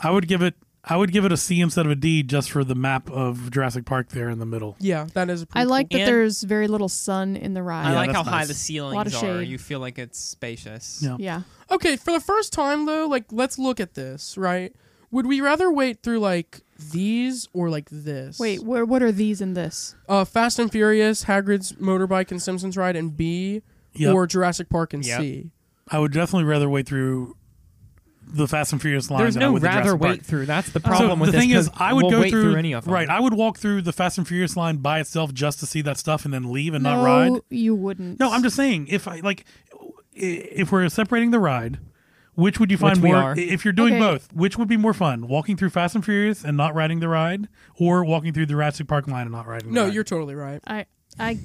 S1: I would give it. I would give it a C instead of a D just for the map of Jurassic Park there in the middle.
S4: Yeah, that is.
S3: I
S4: pretty
S3: like that
S2: And-
S3: there's very little sun in the ride.
S2: I
S1: Yeah,
S2: like
S1: that's
S2: how high
S1: nice.
S2: the
S3: Lot of
S2: ceilings are.
S3: shade.
S2: You feel like it's spacious.
S1: Yeah.
S3: yeah.
S4: cool. Okay, for the first time though, like let's look at this. Right? Would we rather wait through like these or like this?
S3: Wait, wh- what are these and this?
S4: uh, Fast and Furious, Hagrid's motorbike and Simpsons ride, and B,
S1: Yep.
S4: or Jurassic Park and
S2: Yep.
S4: C.
S1: I would definitely rather wait through the Fast and Furious line.
S2: There's
S1: than I
S2: no
S1: would the
S2: rather
S1: Jurassic Park.
S2: wait through. That's the
S1: So
S2: problem with
S1: the
S2: this,
S1: thing is,
S2: 'cause
S1: I would
S2: we'll
S1: go
S2: wait
S1: through,
S2: any of them.
S1: Right, I would walk through the Fast and Furious line by itself just to see that stuff and then leave and
S3: no,
S1: not ride.
S3: you wouldn't.
S1: No, I'm just saying if I like, i- if we're separating the ride, which would you find
S2: Which we
S1: more?
S2: are.
S1: If you're doing
S3: Okay.
S1: both, which would be more fun? Walking through Fast and Furious and not riding the ride, or walking through the Jurassic Park line and not riding?
S4: No,
S1: the ride?
S4: you're totally right.
S3: I I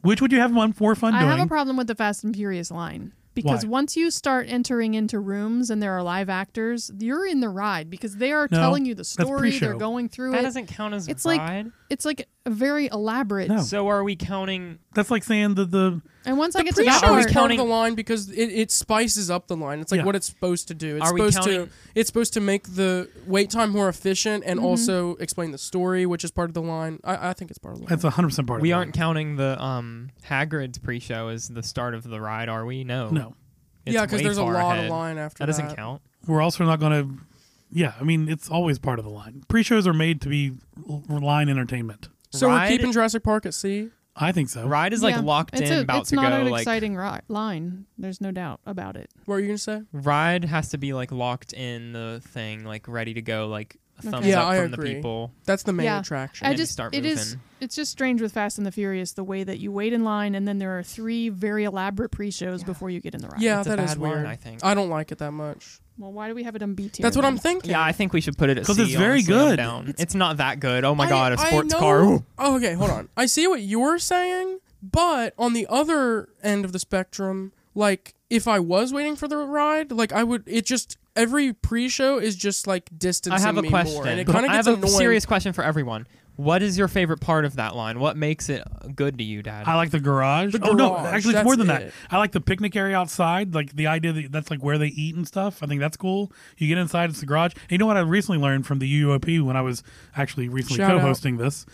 S1: Which would you have mon- more fun
S3: I
S1: doing?
S3: have a problem with the Fast and Furious line because
S1: Why?
S3: once you start entering into rooms and there are live actors, you're in the ride because they are
S1: No,
S3: telling you the
S1: that's
S3: story. They're
S1: pre-show.
S3: going through
S2: That
S3: it.
S2: doesn't count as
S3: It's like-
S2: ride.
S3: It's like a very elaborate.
S1: No.
S2: so are we counting?
S1: That's like saying that the
S3: And once I
S4: The
S3: get to
S4: pre-show
S3: that
S2: Are we
S3: part,
S4: is part of
S2: counting-
S4: the line because it, it spices up the line. It's like
S1: Yeah.
S4: what it's supposed to do. It's
S2: Are we
S4: supposed
S2: counting-
S4: to it's supposed to make the wait time more efficient
S3: Mm-hmm.
S4: and also explain the story, which is part of the line. I, I think it's part of the line.
S1: That's 100 percent part.
S2: We
S1: of it.
S2: aren't counting the um Hagrid's pre-show as the start of the ride, are we? No.
S1: No,
S2: It's
S4: yeah, because
S2: way
S4: there's a
S2: far
S4: lot
S2: ahead.
S4: of line after
S2: That
S4: that.
S2: doesn't count.
S1: we're also not going to. Yeah, I mean it's always part of the line. Pre-shows are made to be l- line entertainment.
S4: So
S2: Ride-
S4: we're keeping Jurassic Park at sea.
S1: I think so.
S2: Ride is like
S3: Yeah.
S2: locked
S3: it's
S2: in,
S3: a-
S2: about
S3: it's
S2: to
S3: not
S2: go.
S3: an
S2: Like
S3: exciting ri- line. There's no doubt about it.
S4: What were you gonna say?
S2: ride has to be like locked in the thing, like ready to go, like a thumbs
S4: Yeah,
S2: up
S4: I
S2: from the
S4: agree.
S2: people.
S4: That's the main
S3: Yeah.
S4: attraction.
S3: I
S2: and
S3: just
S2: start
S3: it is
S2: moving.
S3: it's just strange with Fast and the Furious the way that you wait in line and then there are three very elaborate pre-shows before you get in the ride.
S4: yeah,
S2: It's a
S4: that is
S2: bad line,
S4: weird.
S2: I think.
S4: I don't like it that much.
S3: Well, why do we have it on B tier?
S4: That's what
S3: then?
S4: I'm thinking.
S2: Yeah, I think we should put it at
S1: 'Cause
S2: C,
S1: it's very
S2: honestly, I'm
S1: good.
S2: down. It's, not that good. Oh my
S4: I-
S2: god, a
S4: I
S2: sports
S4: know-
S2: car. Ooh.
S4: Oh, okay, hold on. I see what you're saying, but on the other end of the spectrum, like if I was waiting for the ride, like I would. It just every pre-show is just like distancing
S2: I have a
S4: me
S2: question.
S4: more, and it kind of
S2: I have
S4: gets
S2: a
S4: annoying.
S2: serious question for everyone. What is your favorite part of that line? What makes it good to you, Dad?
S1: I like the garage.
S4: The
S1: oh no,
S4: garage,
S1: actually, it's
S4: that's
S1: more than that.
S4: it.
S1: I like the picnic area outside. Like the idea that that's like where they eat and stuff. I think that's cool. You get inside, it's the garage. And you know what I recently learned from the UUOP when I was actually recently
S4: Shout out.
S1: co-hosting this.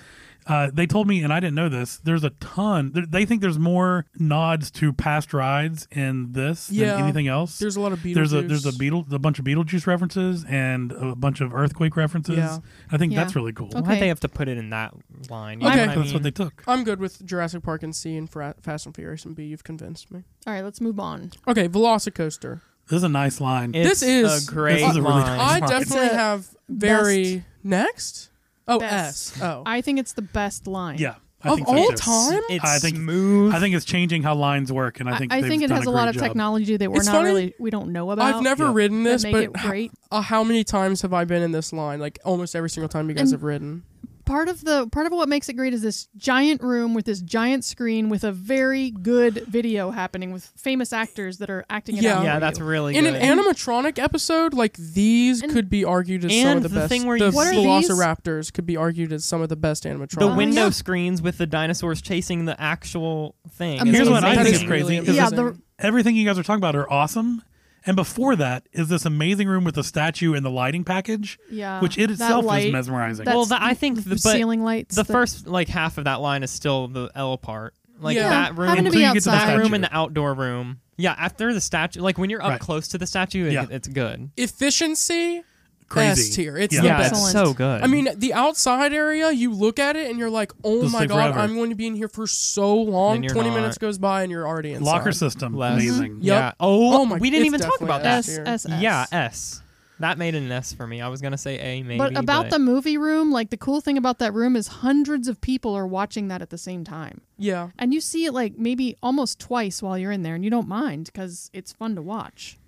S1: Uh, they told me, and I didn't know this. There's a ton. th- They think there's more nods to past rides in this
S4: Yeah.
S1: than anything else.
S4: There's a lot of Beetlejuice.
S1: there's a there's a Beetle a bunch of Beetlejuice references and a bunch of earthquake references.
S4: Yeah.
S1: I think
S3: Yeah.
S1: that's really cool.
S3: Okay.
S2: Why'd they have to put it in that line? You
S4: Okay.
S2: know
S1: That's what
S2: I mean?
S1: they took.
S4: I'm good with Jurassic Park and C and Fra- Fast and Furious and B. You've convinced me.
S3: All right, let's move on.
S4: Okay, Velocicoaster.
S1: This is a nice line.
S2: It's
S4: This is-
S2: a great
S1: This is a really-
S2: line.
S4: I
S1: Smart.
S4: definitely
S3: It's a
S4: have very next. Oh,
S3: Best.
S4: S. Oh,
S3: I think it's the best line.
S1: yeah, I
S4: of
S1: think so
S4: all
S1: too.
S4: time.
S2: It's
S1: I think-
S2: smooth.
S1: I think it's changing how lines work, and I
S3: I
S1: think
S3: I
S1: they've
S3: think it
S1: done
S3: has a
S1: great
S3: lot of
S1: job.
S3: technology that we're
S4: It's
S3: not
S4: funny-
S3: really we don't know about.
S4: I've never
S1: Yeah.
S4: ridden
S3: that
S4: this,
S3: make
S4: but
S3: it great.
S4: uh, how many times have I been in this line? Like almost every single time you guys
S3: And-
S4: have ridden.
S3: part of the part of what makes it great is this giant room with this giant screen with a very good video happening with famous actors that are acting it
S4: Yeah.
S3: out.
S2: yeah,
S3: for
S2: that's
S3: you.
S2: really
S4: In
S2: good.
S4: an animatronic episode, like these
S3: And-
S4: could be argued as some
S2: and
S4: of the,
S2: the
S4: best.
S2: thing where
S4: the
S2: you- What
S3: are these?
S4: Velociraptors could be argued as some of the best animatronics.
S2: the
S3: Oh,
S2: window
S3: yeah.
S2: screens with the dinosaurs chasing the actual thing.
S3: Amazing.
S1: Here's what I think is
S2: amazing.
S1: crazy is
S3: Yeah, the-
S1: Everything you guys are talking about are awesome. And before that is this amazing room with the statue and the lighting package,
S4: Uh,
S3: yeah,
S1: which it
S3: that
S1: itself
S3: light,
S1: is mesmerizing.
S3: that's
S2: Well, the, I think the,
S3: The
S2: but
S3: ceiling lights.
S2: the
S3: that-
S2: first like half of that line is still the L part. Like
S4: Yeah.
S2: that room,
S3: having to
S1: Until
S3: be
S1: you get to the
S3: outside.
S2: that room
S1: statue.
S2: and the outdoor room. Yeah, after the statue, like when you're up
S1: Right.
S2: close to the statue, it,
S1: Yeah.
S2: it's good.
S4: Efficiency,
S1: Crazy.
S4: S tier. It's
S1: Yeah.
S4: the
S2: yeah,
S4: best.
S2: it's
S3: Excellent.
S2: so good.
S4: I mean, the outside area, you look at it and you're like,
S1: This
S4: oh
S1: will
S4: my
S1: stay
S4: god,
S1: forever.
S4: I'm going to be in here for so long.
S2: And you're
S4: 20
S2: not.
S4: minutes goes by and you're already inside.
S1: Locker system,
S2: Less.
S1: amazing.
S4: Yep.
S2: yeah. Oh,
S4: Oh my-
S2: we didn't
S4: it's
S2: even talk
S4: definitely
S2: about that.
S4: S
S3: S
S4: tier.
S3: S S.
S2: Yeah, S. That made it an S for me. I was gonna say A maybe.
S3: But about the movie room, like the cool thing about that room is hundreds of people are watching that at the same time.
S4: Yeah.
S3: And you see it like maybe almost twice while you're in there and you don't mind because it's fun to watch.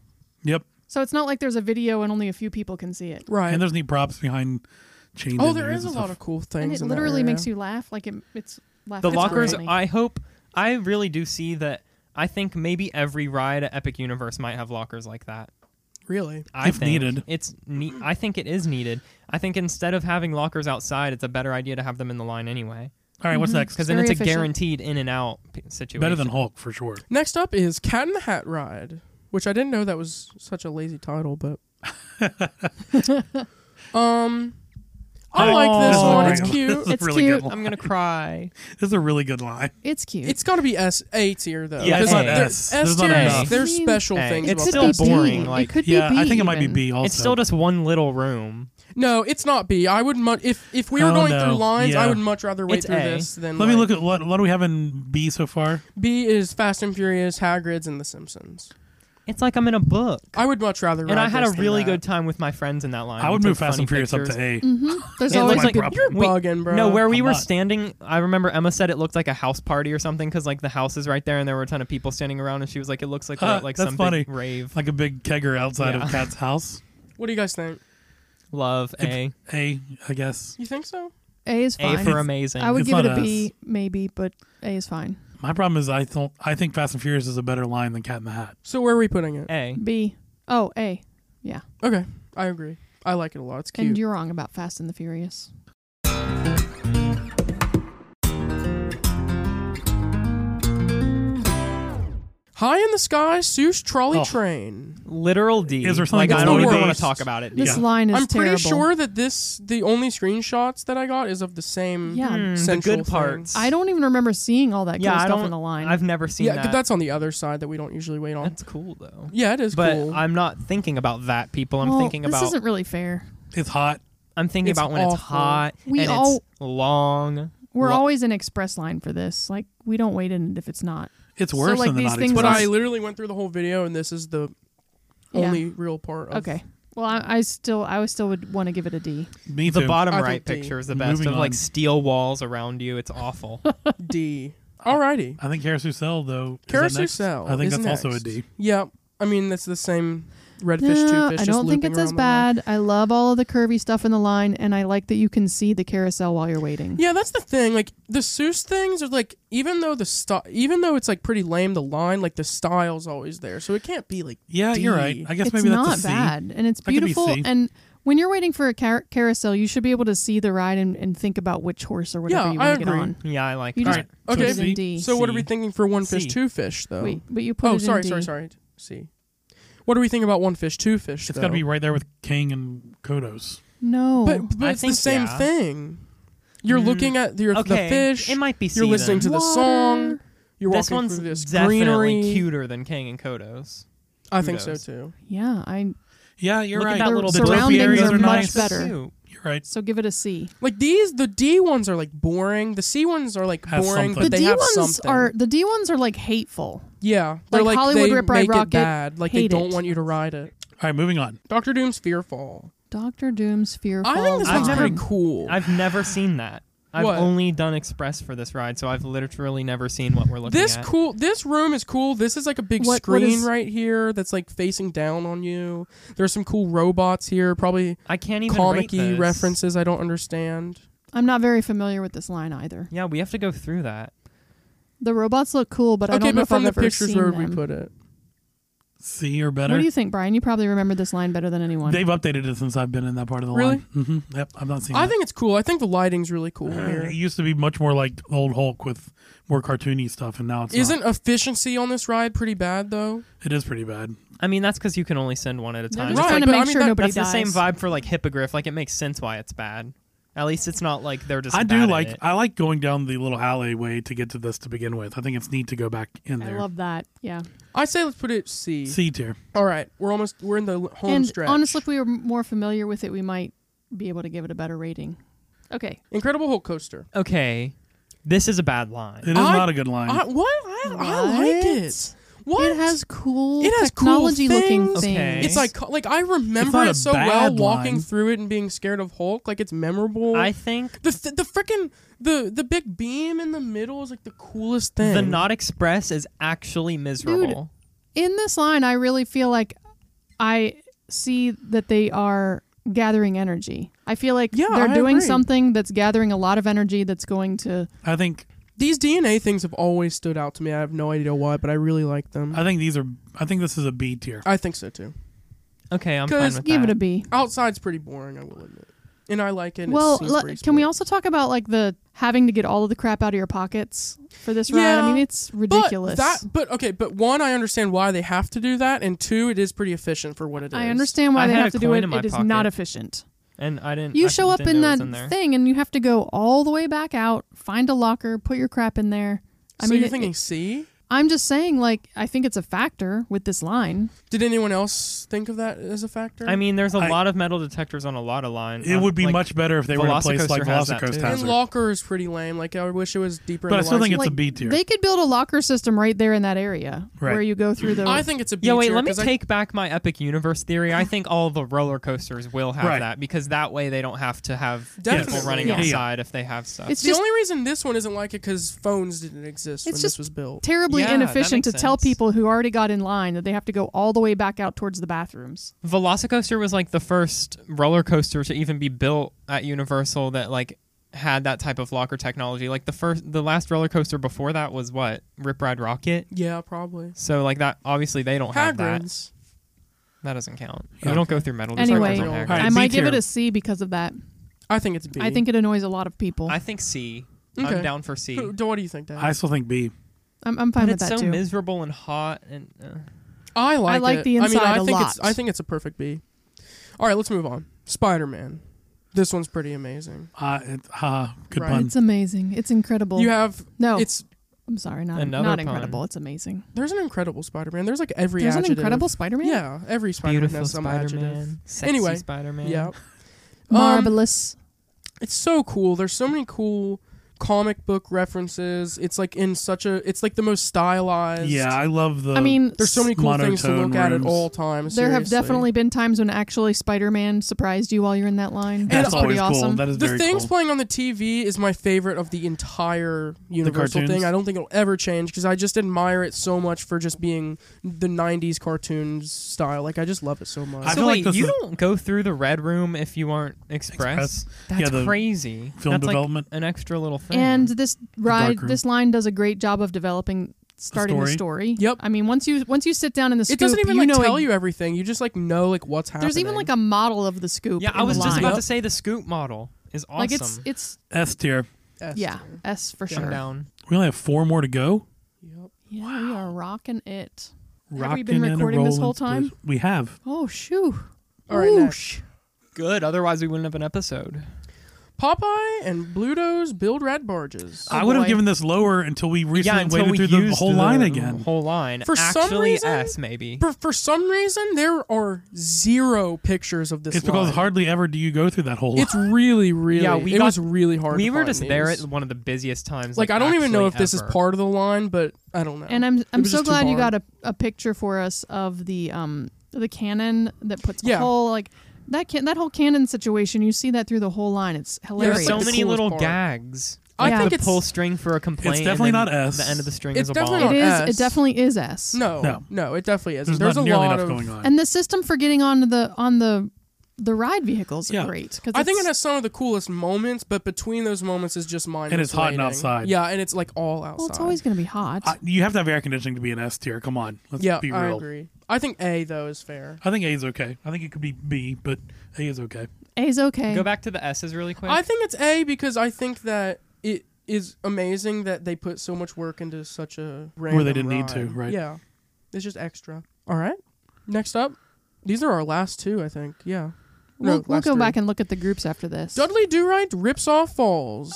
S1: Yep.
S3: So it's not like there's a video and only a few people can see it.
S4: Right.
S1: And there's neat props behind changes.
S4: oh, there is a lot of cool things.
S3: And it
S4: in
S3: literally
S4: that
S3: makes
S4: area.
S3: you laugh. Like it, it's
S2: the
S3: laughable
S2: lockers,
S3: comedy.
S2: I hope. I really do see that. I think maybe every ride at Epic Universe might have lockers like that.
S4: Really?
S2: I
S1: If
S2: think
S1: needed.
S2: it's. Ne- I think it is needed. I think instead of having lockers outside, it's a better idea to have them in the line anyway.
S1: All right,
S4: Mhm.
S1: what's next?
S2: Because then
S3: Very
S2: it's a
S3: efficient.
S2: guaranteed in and out p- situation.
S1: Better than Hulk for sure.
S4: Next up is Cat in the Hat Ride, which I didn't know that was such a lazy
S3: [laughs]
S4: title, but um, I
S1: Oh,
S4: like this
S1: that's
S4: one.
S1: a
S4: It's
S1: great
S4: cute.
S1: [laughs] This is
S3: It's
S1: a really
S3: cute.
S1: good
S2: I'm
S1: line. [laughs]
S2: gonna cry.
S1: This is a really good line.
S3: it's cute.
S4: It's got to be S A tier though.
S2: Yeah, it's
S4: because
S2: not
S4: they're-
S1: S.
S4: S
S1: There's not
S4: tier.
S2: enough.
S4: is-
S3: I
S4: There's
S3: mean,
S4: special
S2: A.
S4: things.
S2: It's
S4: about
S2: still
S4: this.
S3: could be
S2: boring,
S3: B.
S2: like-
S3: it could
S1: yeah,
S3: be B
S1: I think it might be
S3: even.
S1: B also.
S2: It's still just one little room.
S4: No, it's not B. I would much if if we were
S1: Oh,
S4: going
S1: no.
S4: through lines, I
S1: Yeah.
S4: would much rather wait
S2: It's
S4: through
S2: A.
S4: this than.
S1: Let me
S4: like-
S1: look at what, what do we have in B so far?
S4: B is Fast and Furious, Hagrid's, and The Simpsons.
S2: It's like I'm in a book.
S4: I would much rather.
S2: and
S4: ride
S2: I had
S4: this
S2: a
S4: than
S2: really
S4: that.
S2: good time with my friends in that line.
S1: I
S2: We
S1: would
S2: took
S1: move Fast
S2: Um, funny
S1: and Furious
S2: pictures.
S1: up to A.
S3: Mm-hmm. There's
S2: It looks
S3: always
S1: my
S3: a
S2: like
S3: good.
S1: problem.
S4: You're
S2: We-
S4: bugging, bro.
S2: No, where we
S1: I'm
S2: were
S1: not.
S2: standing, I remember Emma said it looked like a house party or something because like the house is right there and there were a ton of people standing around and she was like, it looks like we're
S1: Uh,
S2: at, like
S1: that's
S2: some
S1: funny.
S2: big rave.
S1: Like a big kegger outside
S2: Yeah.
S1: of Cat's house.
S4: What do you guys think?
S2: Love A,
S1: A, I guess.
S4: You think so?
S3: A is
S2: A
S3: fine.
S2: for amazing.
S3: I would
S1: It's
S3: give it a
S1: not
S3: B, maybe, but A is fine.
S1: My problem is I don't. I think Fast and Furious is a better line than Cat in the Hat.
S4: So where are we putting it?
S2: A.
S3: B. Oh, A. Yeah.
S4: Okay, I agree. I like it a lot. It's cute.
S3: And you're wrong about Fast and the Furious.
S4: High in the sky, Seuss trolley
S1: Oh.
S4: train.
S2: Literal D.
S1: Is there something
S2: like, I
S1: that's
S2: don't
S1: more
S2: even want
S1: based-
S2: to talk about it.
S3: This
S1: Yeah.
S3: line is
S4: I'm pretty
S3: terrible.
S4: sure that this the only screenshots that I got is of the same.
S3: Yeah. Hmm, the
S2: the
S4: central
S2: good
S4: thing.
S2: parts.
S3: I don't even remember seeing all that
S2: yeah,
S3: cool
S2: I
S3: stuff
S2: don't,
S3: in the line.
S2: I've never seen
S4: yeah,
S2: that.
S4: but that's on the other side that we don't usually wait on.
S2: That's cool though.
S4: yeah, it is
S2: but
S4: cool.
S2: I'm not thinking about that, people. I'm
S3: Well,
S2: thinking
S3: this
S2: about.
S3: isn't really fair.
S1: It's hot.
S2: I'm thinking
S4: It's
S2: about when it's
S4: awful.
S2: hot
S3: We
S2: and
S3: all-
S2: it's long.
S3: We're
S2: Lo-
S3: always an express line for this. Like we don't wait in if it's not.
S1: It's
S3: So,
S1: worse
S3: like,
S1: than the
S3: these
S1: naughty
S3: things
S4: but
S1: express.
S4: I literally went through the whole video, and this is the
S3: Yeah.
S4: only real part. Of,
S3: Okay. Well, I, I still I would still would want to give it a D.
S1: Me too.
S2: The bottom
S4: I
S2: right
S4: think D.
S2: picture is the best
S1: Moving
S2: of like
S1: on.
S2: steel walls around you. It's awful.
S4: [laughs] D. Alrighty.
S1: I think Carousel though. is that next?
S4: Carousel.
S1: I think
S4: is
S1: that's
S4: next.
S1: also a D.
S4: Yeah, I mean that's the same redfish,
S3: Nah,
S4: two fish.
S3: I don't think it's as bad. I love all of the curvy stuff in the line, and I like that you can see the carousel while you're waiting.
S4: Yeah, that's the thing. Like the Seuss things are like even though the sti- even though it's like pretty lame, the line like the style's always there, so it can't be like
S1: Yeah, you're right.
S4: D.
S1: I guess
S3: it's
S1: maybe
S3: not
S1: that's a C.
S3: bad, and it's
S1: That could be
S3: beautiful.
S1: C.
S3: And when you're waiting for a car- carousel, you should be able to see the ride and, and think about which horse or whatever
S4: Yeah,
S3: you
S4: I
S3: want to get
S4: agree.
S3: on.
S2: yeah, I like
S3: You
S2: that.
S3: just
S1: All
S4: right.
S3: put
S4: Okay.
S3: it in
S1: C.
S3: D.
S4: So what are we
S2: C.
S4: thinking for one fish,
S2: C.
S4: two fish though?
S3: Wait, but you put
S4: oh,
S3: it
S4: sorry,
S3: in D.
S4: sorry, sorry. C. What do we think about one fish, two fish?
S1: It's
S4: though?
S1: got to be right there with King and Kodos.
S3: No,
S4: But, but
S2: I
S4: it's the
S2: think,
S4: same
S2: yeah.
S4: thing. You're
S2: Mm.
S4: looking at your,
S2: okay,
S4: the fish.
S2: It might be. C
S4: you're listening
S2: then.
S4: to the
S3: Water.
S4: song. You're
S2: this
S4: walking
S2: one's
S4: through this
S2: definitely
S4: greenery.
S2: cuter than King and Kodos.
S4: I think so
S2: Kudos.
S4: too.
S3: yeah, I
S1: Yeah, you're
S2: Look
S1: right.
S2: at that
S3: The
S2: little
S3: surroundings
S2: areas
S3: are
S2: are
S3: much
S2: nice.
S3: better.
S2: Cute.
S1: You're right.
S3: so give it a C.
S4: Like these, the D ones are like boring. The C ones are like
S1: Have
S4: boring,
S1: something.
S4: but
S3: the
S4: they
S3: D
S4: have
S3: ones
S4: something.
S3: are the D ones are like hateful.
S4: yeah, they're
S3: like
S4: like,
S3: Hollywood
S4: they
S3: Rip Ride
S4: make
S3: Rocket,
S4: it bad. Like they
S3: hate
S4: don't
S3: it.
S4: want you to ride it.
S1: All right, moving on.
S4: Doctor Doom's Fearfall.
S3: Doctor Doom's fear.
S4: I think this
S2: I've
S4: one's
S2: never-
S4: pretty cool.
S2: I've never seen that. I've
S4: What?
S2: only done express for this ride, so I've literally never seen what we're looking
S4: This
S2: at.
S4: cool. This room is cool. This is like a big
S3: What- what
S4: screen
S3: is-
S4: right here that's like facing down on you. There's some cool robots here. Probably
S2: I can't even rate
S4: comic-y
S2: this.
S4: references I don't understand.
S3: I'm not very familiar with this line either.
S2: Yeah, we have to go through that.
S3: The robots look cool, but I
S4: okay,
S3: don't know
S4: but
S3: if I've
S4: from the
S3: ever
S4: pictures,
S3: seen
S4: where would
S3: them.
S4: we put it?
S1: C or better.
S3: What do you think, Brian? You probably remember this line better than anyone.
S1: They've updated it since I've been in that part of the
S4: Really?
S1: line. hmm Yep, I've not Uh, seen.
S4: I
S1: that.
S4: think it's cool. I think the lighting's really cool
S1: it
S3: Uh-huh.
S4: here.
S1: used to be much more like old Hulk with more cartoony stuff, and now it's
S4: Isn't efficiency on this ride pretty bad though?
S1: not. It is pretty bad.
S2: I mean, that's because you can only send one at a
S3: They're
S2: time.
S3: just
S4: Right,
S3: trying to
S4: but
S3: make
S4: I mean
S3: sure
S4: that-
S3: nobody
S2: that's
S3: dies.
S2: the same vibe for like hippogriff. Like it makes sense why it's bad. At least it's not like they're just.
S1: I
S2: bad
S1: do
S2: at
S1: like
S2: it.
S1: I like going down the little alleyway to get to this to begin with. I think it's neat to go back in
S3: I
S1: there.
S3: love that. Yeah.
S4: I say let's put it C.
S1: C tier.
S4: All right, we're almost we're in the l- home
S3: and
S4: stretch.
S3: honestly, if we were more familiar with it, we might be able to give it a better rating. Okay.
S4: Incredible Hulk coaster.
S2: Okay, this is a bad line.
S1: It is
S4: I-
S1: not a good line.
S4: I, what? I, I like it. What?
S3: It has cool
S4: It has cool
S3: technology-looking
S4: things.
S3: things.
S2: Okay.
S4: It's like like I remember
S1: not
S4: it
S1: a
S4: so
S1: bad
S4: well
S1: line.
S4: walking through it and being scared of Hulk. Like it's memorable.
S2: I think
S4: the th- the freaking the the big beam in the middle is like the coolest thing.
S3: Hmm.
S2: the not express is actually miserable.
S3: in this line, I really feel like I see that they are gathering energy. I feel like
S4: Yeah,
S3: they're
S4: I
S3: doing
S4: agree.
S3: something that's gathering a lot of energy that's going to.
S1: I think
S4: These DNA things have always stood out to me. I have no idea why, but I really like them.
S1: I think these are. I think this is a B tier.
S4: I think so too.
S2: Okay, I'm fine
S4: Cause
S2: with
S3: Give
S2: that.
S3: it a B.
S4: Outside's pretty boring, I will admit, and I like it. and it
S3: Well,
S4: seems
S3: le-
S4: pretty
S3: can we
S4: smart.
S3: also talk about like the having to get all of the crap out of your pockets for this ride?
S4: Yeah,
S3: I mean, it's ridiculous.
S4: But that, but okay, but one, I understand why they have to do that, and two, it is pretty efficient for what it is.
S3: I understand why
S2: I
S3: they
S2: had
S3: have
S2: a
S3: to do
S2: coin
S3: it.
S2: in my
S3: It is
S2: pocket.
S3: not efficient.
S2: And I didn't.
S3: You
S2: I
S3: show up
S2: didn't
S3: in
S2: know it
S3: that
S2: was there.
S3: thing and you have to go all the way back out, find a locker, put your crap in there. I
S4: so
S3: mean,
S4: you're
S3: it-
S4: thinking C?
S3: I'm just saying, like, I think it's a factor with this line.
S4: Did anyone else think of that as a factor?
S2: I mean, there's a
S1: I-
S2: lot of metal detectors on a lot of lines.
S1: It
S2: Uh,
S1: would be
S2: like,
S1: much better if they were in a place like
S2: Velocicoaster has
S1: Velocicoaster
S2: that, too.
S4: and
S1: Hazard.
S4: locker is pretty lame. Like I wish it was deeper.
S1: But
S4: in
S1: I
S4: the
S1: still think
S4: lines.
S1: it's a
S3: like,
S1: B tier.
S3: They could build a locker system right there in that area
S1: Right.
S3: where you go through the.
S4: I think it's a B.
S2: Yeah, wait.
S4: tier,
S2: Let me
S4: 'cause I-
S2: take back my epic universe theory.
S3: [laughs]
S2: I think all the roller coasters will have
S1: Right.
S2: that because that way they don't have to have
S4: Definitely.
S2: people running
S3: Yeah. Yeah.
S2: outside if they have stuff.
S3: It's
S4: the
S3: just-
S4: only reason this one isn't like it because phones didn't exist
S3: It's
S4: when
S3: just
S4: this was built.
S3: terribly
S2: Yeah, that
S3: inefficient to
S2: makes
S3: tell
S2: sense.
S3: people who already got in line that they have to go all the way back out towards the bathrooms.
S2: Velocicoaster was like the first roller coaster to even be built at Universal that like had that type of locker technology. Like the first, the last roller coaster before that was what Rip Ride Rocket.
S4: yeah, probably.
S2: So like that, obviously they don't have that.
S4: Hagrid's.
S2: That doesn't count.
S1: Yeah.
S2: You don't go through metal
S3: Anyway,
S2: detectors on
S4: Alright,
S2: Hagrid's.
S3: I
S1: B
S3: might give
S1: tier.
S3: it a C because of that.
S4: I think it's B.
S3: I think it annoys a lot of people.
S2: I think C.
S4: Okay.
S2: am down for C.
S4: Who- do- what do you think, Dad?
S1: I still think B.
S3: I'm, I'm fine
S2: But
S3: with
S2: it's
S3: that
S2: so
S3: too.
S2: miserable and hot and uh,
S4: I like.
S3: like
S4: it.
S3: the
S4: I mean,
S3: inside
S4: I
S3: a
S4: think
S3: lot.
S4: it's. I think it's a perfect B. All right, let's move on. Spider Man. This one's pretty amazing.
S1: Uh, it, uh, good
S4: Right.
S1: pun.
S3: it's amazing. It's incredible.
S4: You have
S3: no,
S4: it's.
S3: I'm sorry, not
S2: Another
S3: not
S2: pun.
S3: incredible. It's amazing.
S4: There's an incredible Spider Man. There's like every.
S3: There's an
S4: adjective.
S3: incredible Spider-Man.
S4: Yeah, every Spider Man
S2: beautiful
S4: has some adjective.
S2: Spider-Man, sexy
S4: Anyway,
S2: Spider-Man.
S4: Yeah,
S2: Um,
S3: marvelous.
S4: it's so cool. There's so many cool comic book references. It's like in such a. It's like the most stylized.
S1: Yeah, I love the.
S3: I mean,
S4: There's so many cool things to
S1: monotone
S4: look at at
S1: rooms.
S4: all times.
S3: there have
S4: seriously.
S3: definitely been times when actually Spider-Man surprised you while you're in that line.
S1: that's
S3: That's
S1: always
S3: pretty
S1: cool.
S3: awesome.
S1: That is
S4: The
S1: very
S4: things
S1: cool.
S4: playing on the TV is my favorite of the entire Universal
S1: cartoons?
S4: thing. I don't think it'll ever change because I just admire it so much for just being the '90s cartoons style. Like I just love it so much.
S1: I
S2: So
S1: feel like
S2: wait,
S1: this
S2: you
S1: is-
S2: don't go through the red room if you aren't express?
S1: Express.
S2: That's
S1: Yeah, the
S2: crazy.
S1: film
S2: That's
S1: development.
S2: like an extra little thing.
S3: and this ride,
S1: dark room.
S3: this line does a great job of developing starting the story.
S4: Yep.
S3: I mean, once you once you sit down in the scoop,
S4: it doesn't even
S3: you
S4: like
S3: know
S4: tell
S3: it-
S4: you everything. You just like know like what's happening.
S3: There's even like a model of the scoop.
S2: yeah,
S3: in
S2: I was
S3: the
S2: just
S3: line.
S2: about to say the scoop model is awesome.
S3: Like it's it's
S1: S tier.
S4: Yes.
S3: yeah S for
S2: Come
S3: sure.
S2: down.
S1: We only have four more to go.
S4: Yep.
S3: Yeah, we are rocking it. Have we
S1: Rocking
S3: been
S1: and a
S3: recording this
S1: rolling
S3: whole time?
S1: split. We have.
S3: Oh shoo!
S4: All right,
S3: Whoosh.
S2: Good. Otherwise, we wouldn't have an episode.
S4: Popeye and Bluto's build rad barges.
S3: Oh,
S1: I would have
S3: boy.
S1: given this lower until we recently
S2: yeah, until
S1: waited
S2: we
S1: through the
S2: used
S1: whole line again.
S2: Whole line.
S4: For some
S2: Actually,
S4: reason-
S2: S maybe.
S4: For, for some reason, there are zero pictures of this.
S1: It's because
S4: line.
S1: hardly ever do you go through that whole.
S4: It's really, really.
S2: Yeah, we
S4: it
S2: got-
S4: was really hard.
S2: We
S4: to
S2: were
S4: find
S2: just there at
S4: these.
S2: one of the busiest times.
S4: like, I don't even know if
S2: actually
S4: this is
S2: ever.
S4: part of the line, but I don't know.
S3: And I'm I'm
S4: was
S3: so
S4: just too
S3: glad you
S4: hard.
S3: got a, a picture for us of the um the cannon that puts the
S4: Yeah.
S3: whole like that can that whole cannon situation. You see that through the whole line. It's
S4: There are
S3: hilarious.
S2: There's so
S4: the
S2: many
S4: coolest
S2: little
S4: part.
S2: gags.
S4: I
S3: Yeah.
S4: think
S2: the
S4: it's
S2: pull string for a complaint. and
S1: definitely
S2: then
S1: not S.
S2: The end of the string
S4: It's
S2: is a
S4: definitely
S2: bomb.
S3: it
S4: not
S3: is.
S4: S.
S3: It definitely is S.
S4: no, no,
S1: No.
S4: it definitely isn't.
S1: there's
S4: There's,
S1: not
S4: a
S1: nearly
S4: lot
S1: enough
S4: of.
S1: going on.
S3: And the system for getting on the on the the ride vehicles
S1: Yeah.
S3: are great. 'cause
S4: I think
S3: it's-
S4: it has some of the coolest moments, but between those moments is just mindless.
S1: And it's hot and
S4: waiting.
S1: outside.
S4: Yeah, and it's like all outside.
S3: well, it's always going to be hot.
S1: I- you have to have air conditioning to be an S tier. Come on, let's
S4: yeah.
S1: be real.
S4: I agree. I think A though is fair.
S1: I think A is okay. I think it could be B, but A is okay.
S3: A's okay.
S2: Go back to the S's really quick.
S4: I think it's A because I think that it is amazing that they put so much work into such a random
S1: they didn't need to,
S4: ride.
S1: right.
S4: Yeah, it's just extra. All right. Next up, these are our last two, I think. Yeah. No,
S3: We'll, we'll
S4: last
S3: go
S4: three.
S3: back and look at the groups after this.
S4: Dudley Do Right rips off falls.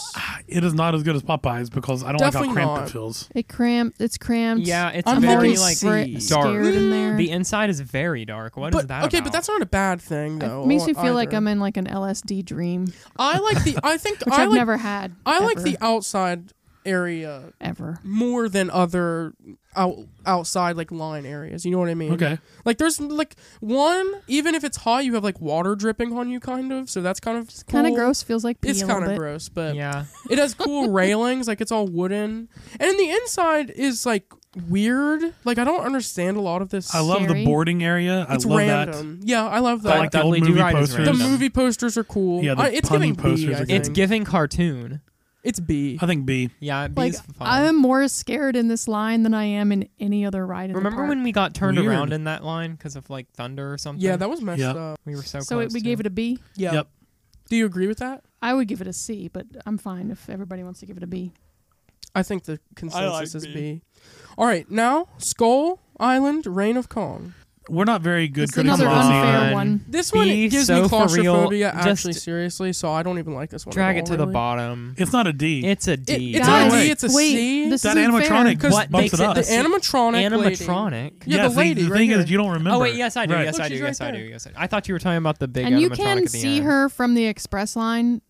S1: It is not as good as Popeyes because I don't
S4: Definitely
S1: like how cramped
S4: not.
S1: it feels.
S3: It cramped. It's cramped.
S2: yeah, it's
S4: I'm
S2: very
S4: thinking
S2: like
S4: C.
S3: We're scared
S4: Mm.
S3: in there.
S2: the inside is very dark. What is
S4: but,
S2: that?
S4: okay,
S2: about?
S4: but that's not a bad thing though.
S3: it makes me
S4: or-
S3: feel like
S4: either.
S3: I'm in like an LSD dream, which
S4: I like the. I think
S3: I
S4: I
S3: have
S4: like.
S3: never had.
S4: I like
S3: ever,
S4: the outside area
S3: ever.
S4: more than other out, outside like line areas. You know what I mean?
S1: Okay,
S4: Like there's like one even if it's hot, you have like water dripping on you, kind of. So that's kind of cool.
S3: Kind of gross. Feels like pee
S4: It's
S3: a little
S4: kind of
S3: bit.
S4: gross, but
S2: yeah.
S4: it
S3: [laughs]
S4: has cool railings. Like it's all wooden, and in the inside is like weird. Like I don't understand a lot of this.
S1: I love
S3: Scary.
S1: the boarding area. I
S4: it's
S1: love that.
S4: random. Yeah, I love
S1: I
S4: that.
S1: like the old
S2: Dudley
S1: movie
S2: Do-Right is
S1: posters.
S4: the
S2: random.
S4: movie posters are cool.
S1: Yeah, the
S4: I- it's
S1: punny
S4: giving B.
S1: posters
S4: I
S1: are good.
S4: think.
S2: It's giving cartoon.
S4: it's B.
S1: I think B.
S2: Yeah, B
S3: Like
S2: is fine.
S3: I'm more scared in this line than I am in any other ride. In
S2: Remember
S3: the park.
S2: when we got turned
S1: Weird.
S2: around in that line because of like thunder or something?
S4: Yeah, that was messed
S1: Yeah.
S4: up.
S2: we were so.
S3: So
S2: close
S3: it, we
S2: to.
S3: gave it a B.
S4: Yeah.
S1: Yep.
S4: Do you agree with that?
S3: I would give it a C, but I'm fine if everybody wants to give it a B.
S4: I think the consensus is
S2: B.
S4: B. All right, now Skull Island, Reign of Kong.
S1: We're not very good
S3: It's another
S1: critics of this
S3: unfair
S1: either.
S3: one.
S4: This one
S2: Be
S4: it gives
S2: so
S4: me
S2: for real,
S4: claustrophobia,
S2: just
S4: actually, seriously. So I don't even like this one.
S2: Drag
S4: at
S2: it
S4: all,
S2: to the
S4: really.
S2: bottom.
S1: It's not a D.
S2: It's a D.
S4: it's
S1: Guys,
S4: not a D. It's a
S3: wait,
S4: C.
S3: this
S1: That
S3: isn't
S1: animatronic
S3: fair.
S1: what
S2: makes
S1: bumps it
S2: it
S1: up.
S4: the
S2: a C.
S4: animatronic. lady.
S2: animatronic.
S4: Yeah,
S1: yeah,
S4: the
S1: see,
S4: lady
S1: The
S4: right
S1: thing
S4: here.
S1: is, you don't remember.
S2: Oh wait, yes I do.
S1: Right.
S2: Yes
S4: Look,
S2: I do.
S4: she's right
S2: Yes I do.
S4: there.
S2: Yes I do. I thought you were talking about the big
S3: And you
S2: animatronic
S3: can
S2: at the
S3: see
S2: end.
S3: her from the express line,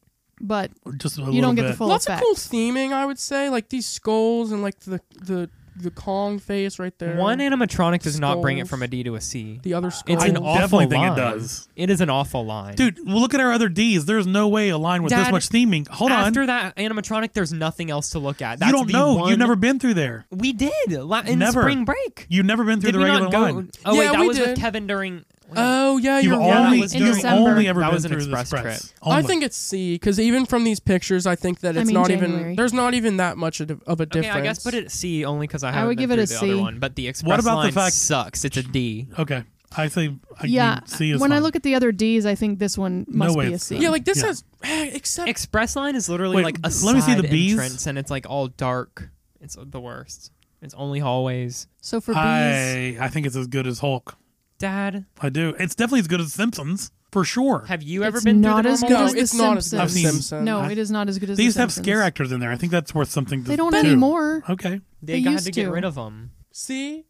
S3: but
S1: Just a
S3: you
S1: little
S3: don't get
S1: bit.
S3: the full
S4: Lots
S3: effect.
S4: of cool theming, I would say, like these skulls and like the the the Kong face right there.
S2: One animatronic does not bring it
S4: Skulls.
S2: from a D to a C.
S4: the other skull.
S2: It's an
S1: I
S2: awful
S1: definitely think it
S2: line.
S1: does.
S2: It is an awful line,
S1: Dude, well, look at our other D's. There's no way a line with this
S2: Dad,
S1: much theming. Hold
S2: After
S1: on.
S2: that animatronic, there's nothing else to look at. That's
S1: You don't
S2: the
S1: know. You've
S2: one-
S1: never been through there.
S2: We did la- in
S1: Never.
S2: spring break.
S1: You've never been through
S2: Did
S1: the
S2: we
S1: regular
S2: not go?
S1: line.
S2: Oh wait,
S4: Yeah,
S2: that
S4: we
S2: was
S4: did.
S2: with Kevin during. Uh,
S4: Oh yeah,
S1: You've
S4: you're
S3: that
S1: only,
S2: was
S1: you've
S2: during-
S1: only
S3: December.
S1: ever
S2: That
S1: been
S2: was an
S1: through
S2: express
S1: the express.
S2: trip.
S1: Only.
S4: I think it's C because even from these pictures, I think that
S3: I
S4: it's
S3: mean,
S4: not even.
S3: January.
S4: There's not even that much of a- of a
S2: Okay,
S4: difference.
S2: I guess put it at C only because I
S3: I
S2: haven't
S3: would
S2: been
S3: give it a
S2: through the other
S3: C.
S2: one. But the express
S1: about the
S2: line
S1: fact-
S2: sucks. It's a D.
S1: okay. I say I
S3: yeah.
S1: mean, C is
S3: when I
S1: fine.
S3: look at the other Ds, I think this one must
S1: way
S3: be a
S1: it's
S3: C.
S1: that.
S4: Yeah, like this
S1: Yeah.
S4: has eh, except
S2: Express line is literally
S1: Wait,
S2: like a
S1: let me see
S2: side
S1: the Bs.
S2: entrance, and it's like all dark. It's the worst. It's only hallways.
S3: So for bees,
S1: I I think it's as good as Hulk.
S2: Dad,
S1: I do. It's definitely as good as Simpsons for sure.
S2: have you ever
S3: It's
S2: been
S3: not
S2: through the
S3: as
S2: normal
S3: good
S4: No,
S2: life?
S3: as The
S4: it's not as
S1: Simpsons.
S4: good as
S1: I've seen-
S4: Simpson.
S3: no,
S1: I-
S3: it is not as good as
S1: they
S3: the
S1: used to have
S3: Simpsons.
S1: scare actors in there. I think that's worth something. To,
S3: They don't
S1: do.
S3: anymore.
S1: Okay.
S2: They,
S3: They
S2: got
S3: used
S2: to get
S3: to.
S2: rid of them.
S4: C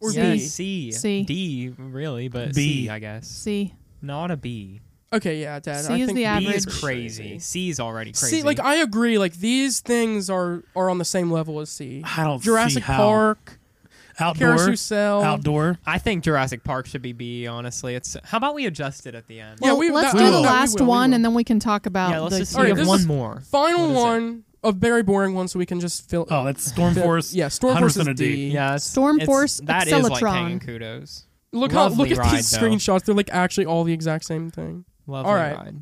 S4: or
S2: yeah,
S4: B?
S2: C.
S3: C.
S2: D, really, but
S1: B.
S2: C, I guess.
S3: See,
S2: Not a B.
S4: Okay, yeah, Dad.
S3: C
S4: I
S3: is
S4: think
S3: the
S4: B
S2: B is
S3: average.
S2: crazy. C is already crazy.
S4: See, like I agree. Like these things are are on the same level as C.
S1: I don't Oh, see
S4: Jurassic
S1: how.
S4: Park,
S1: outdoor,
S4: Carousel,
S1: outdoor.
S2: I think Jurassic Park should be B. Honestly, it's how about we adjust it at the end?
S4: Yeah,
S3: well,
S4: we-
S3: let's
S4: that-
S3: do
S4: we
S3: the
S4: will, we
S3: last
S4: will, we
S3: one
S4: will.
S3: and then we can talk about.
S2: yeah. Let's
S3: the
S2: just see
S4: Alright,
S2: if
S4: this
S2: one
S4: is-
S2: more. What
S4: Final
S2: is it?
S4: one of very boring ones, so we can just fill.
S1: Oh, that's Storm
S4: fill-
S1: Force.
S4: Yeah, Storm Force is
S1: 100% a D.
S4: D.
S2: Yeah, it's-
S3: Storm
S2: it's-
S3: Force
S2: That is like
S3: Accelatron.
S2: hanging kudos.
S4: Look how
S2: Lovely
S4: look at
S2: ride,
S4: these
S2: though.
S4: screenshots. They're like actually all the exact same thing.
S2: Lovely
S4: All right.
S2: ride.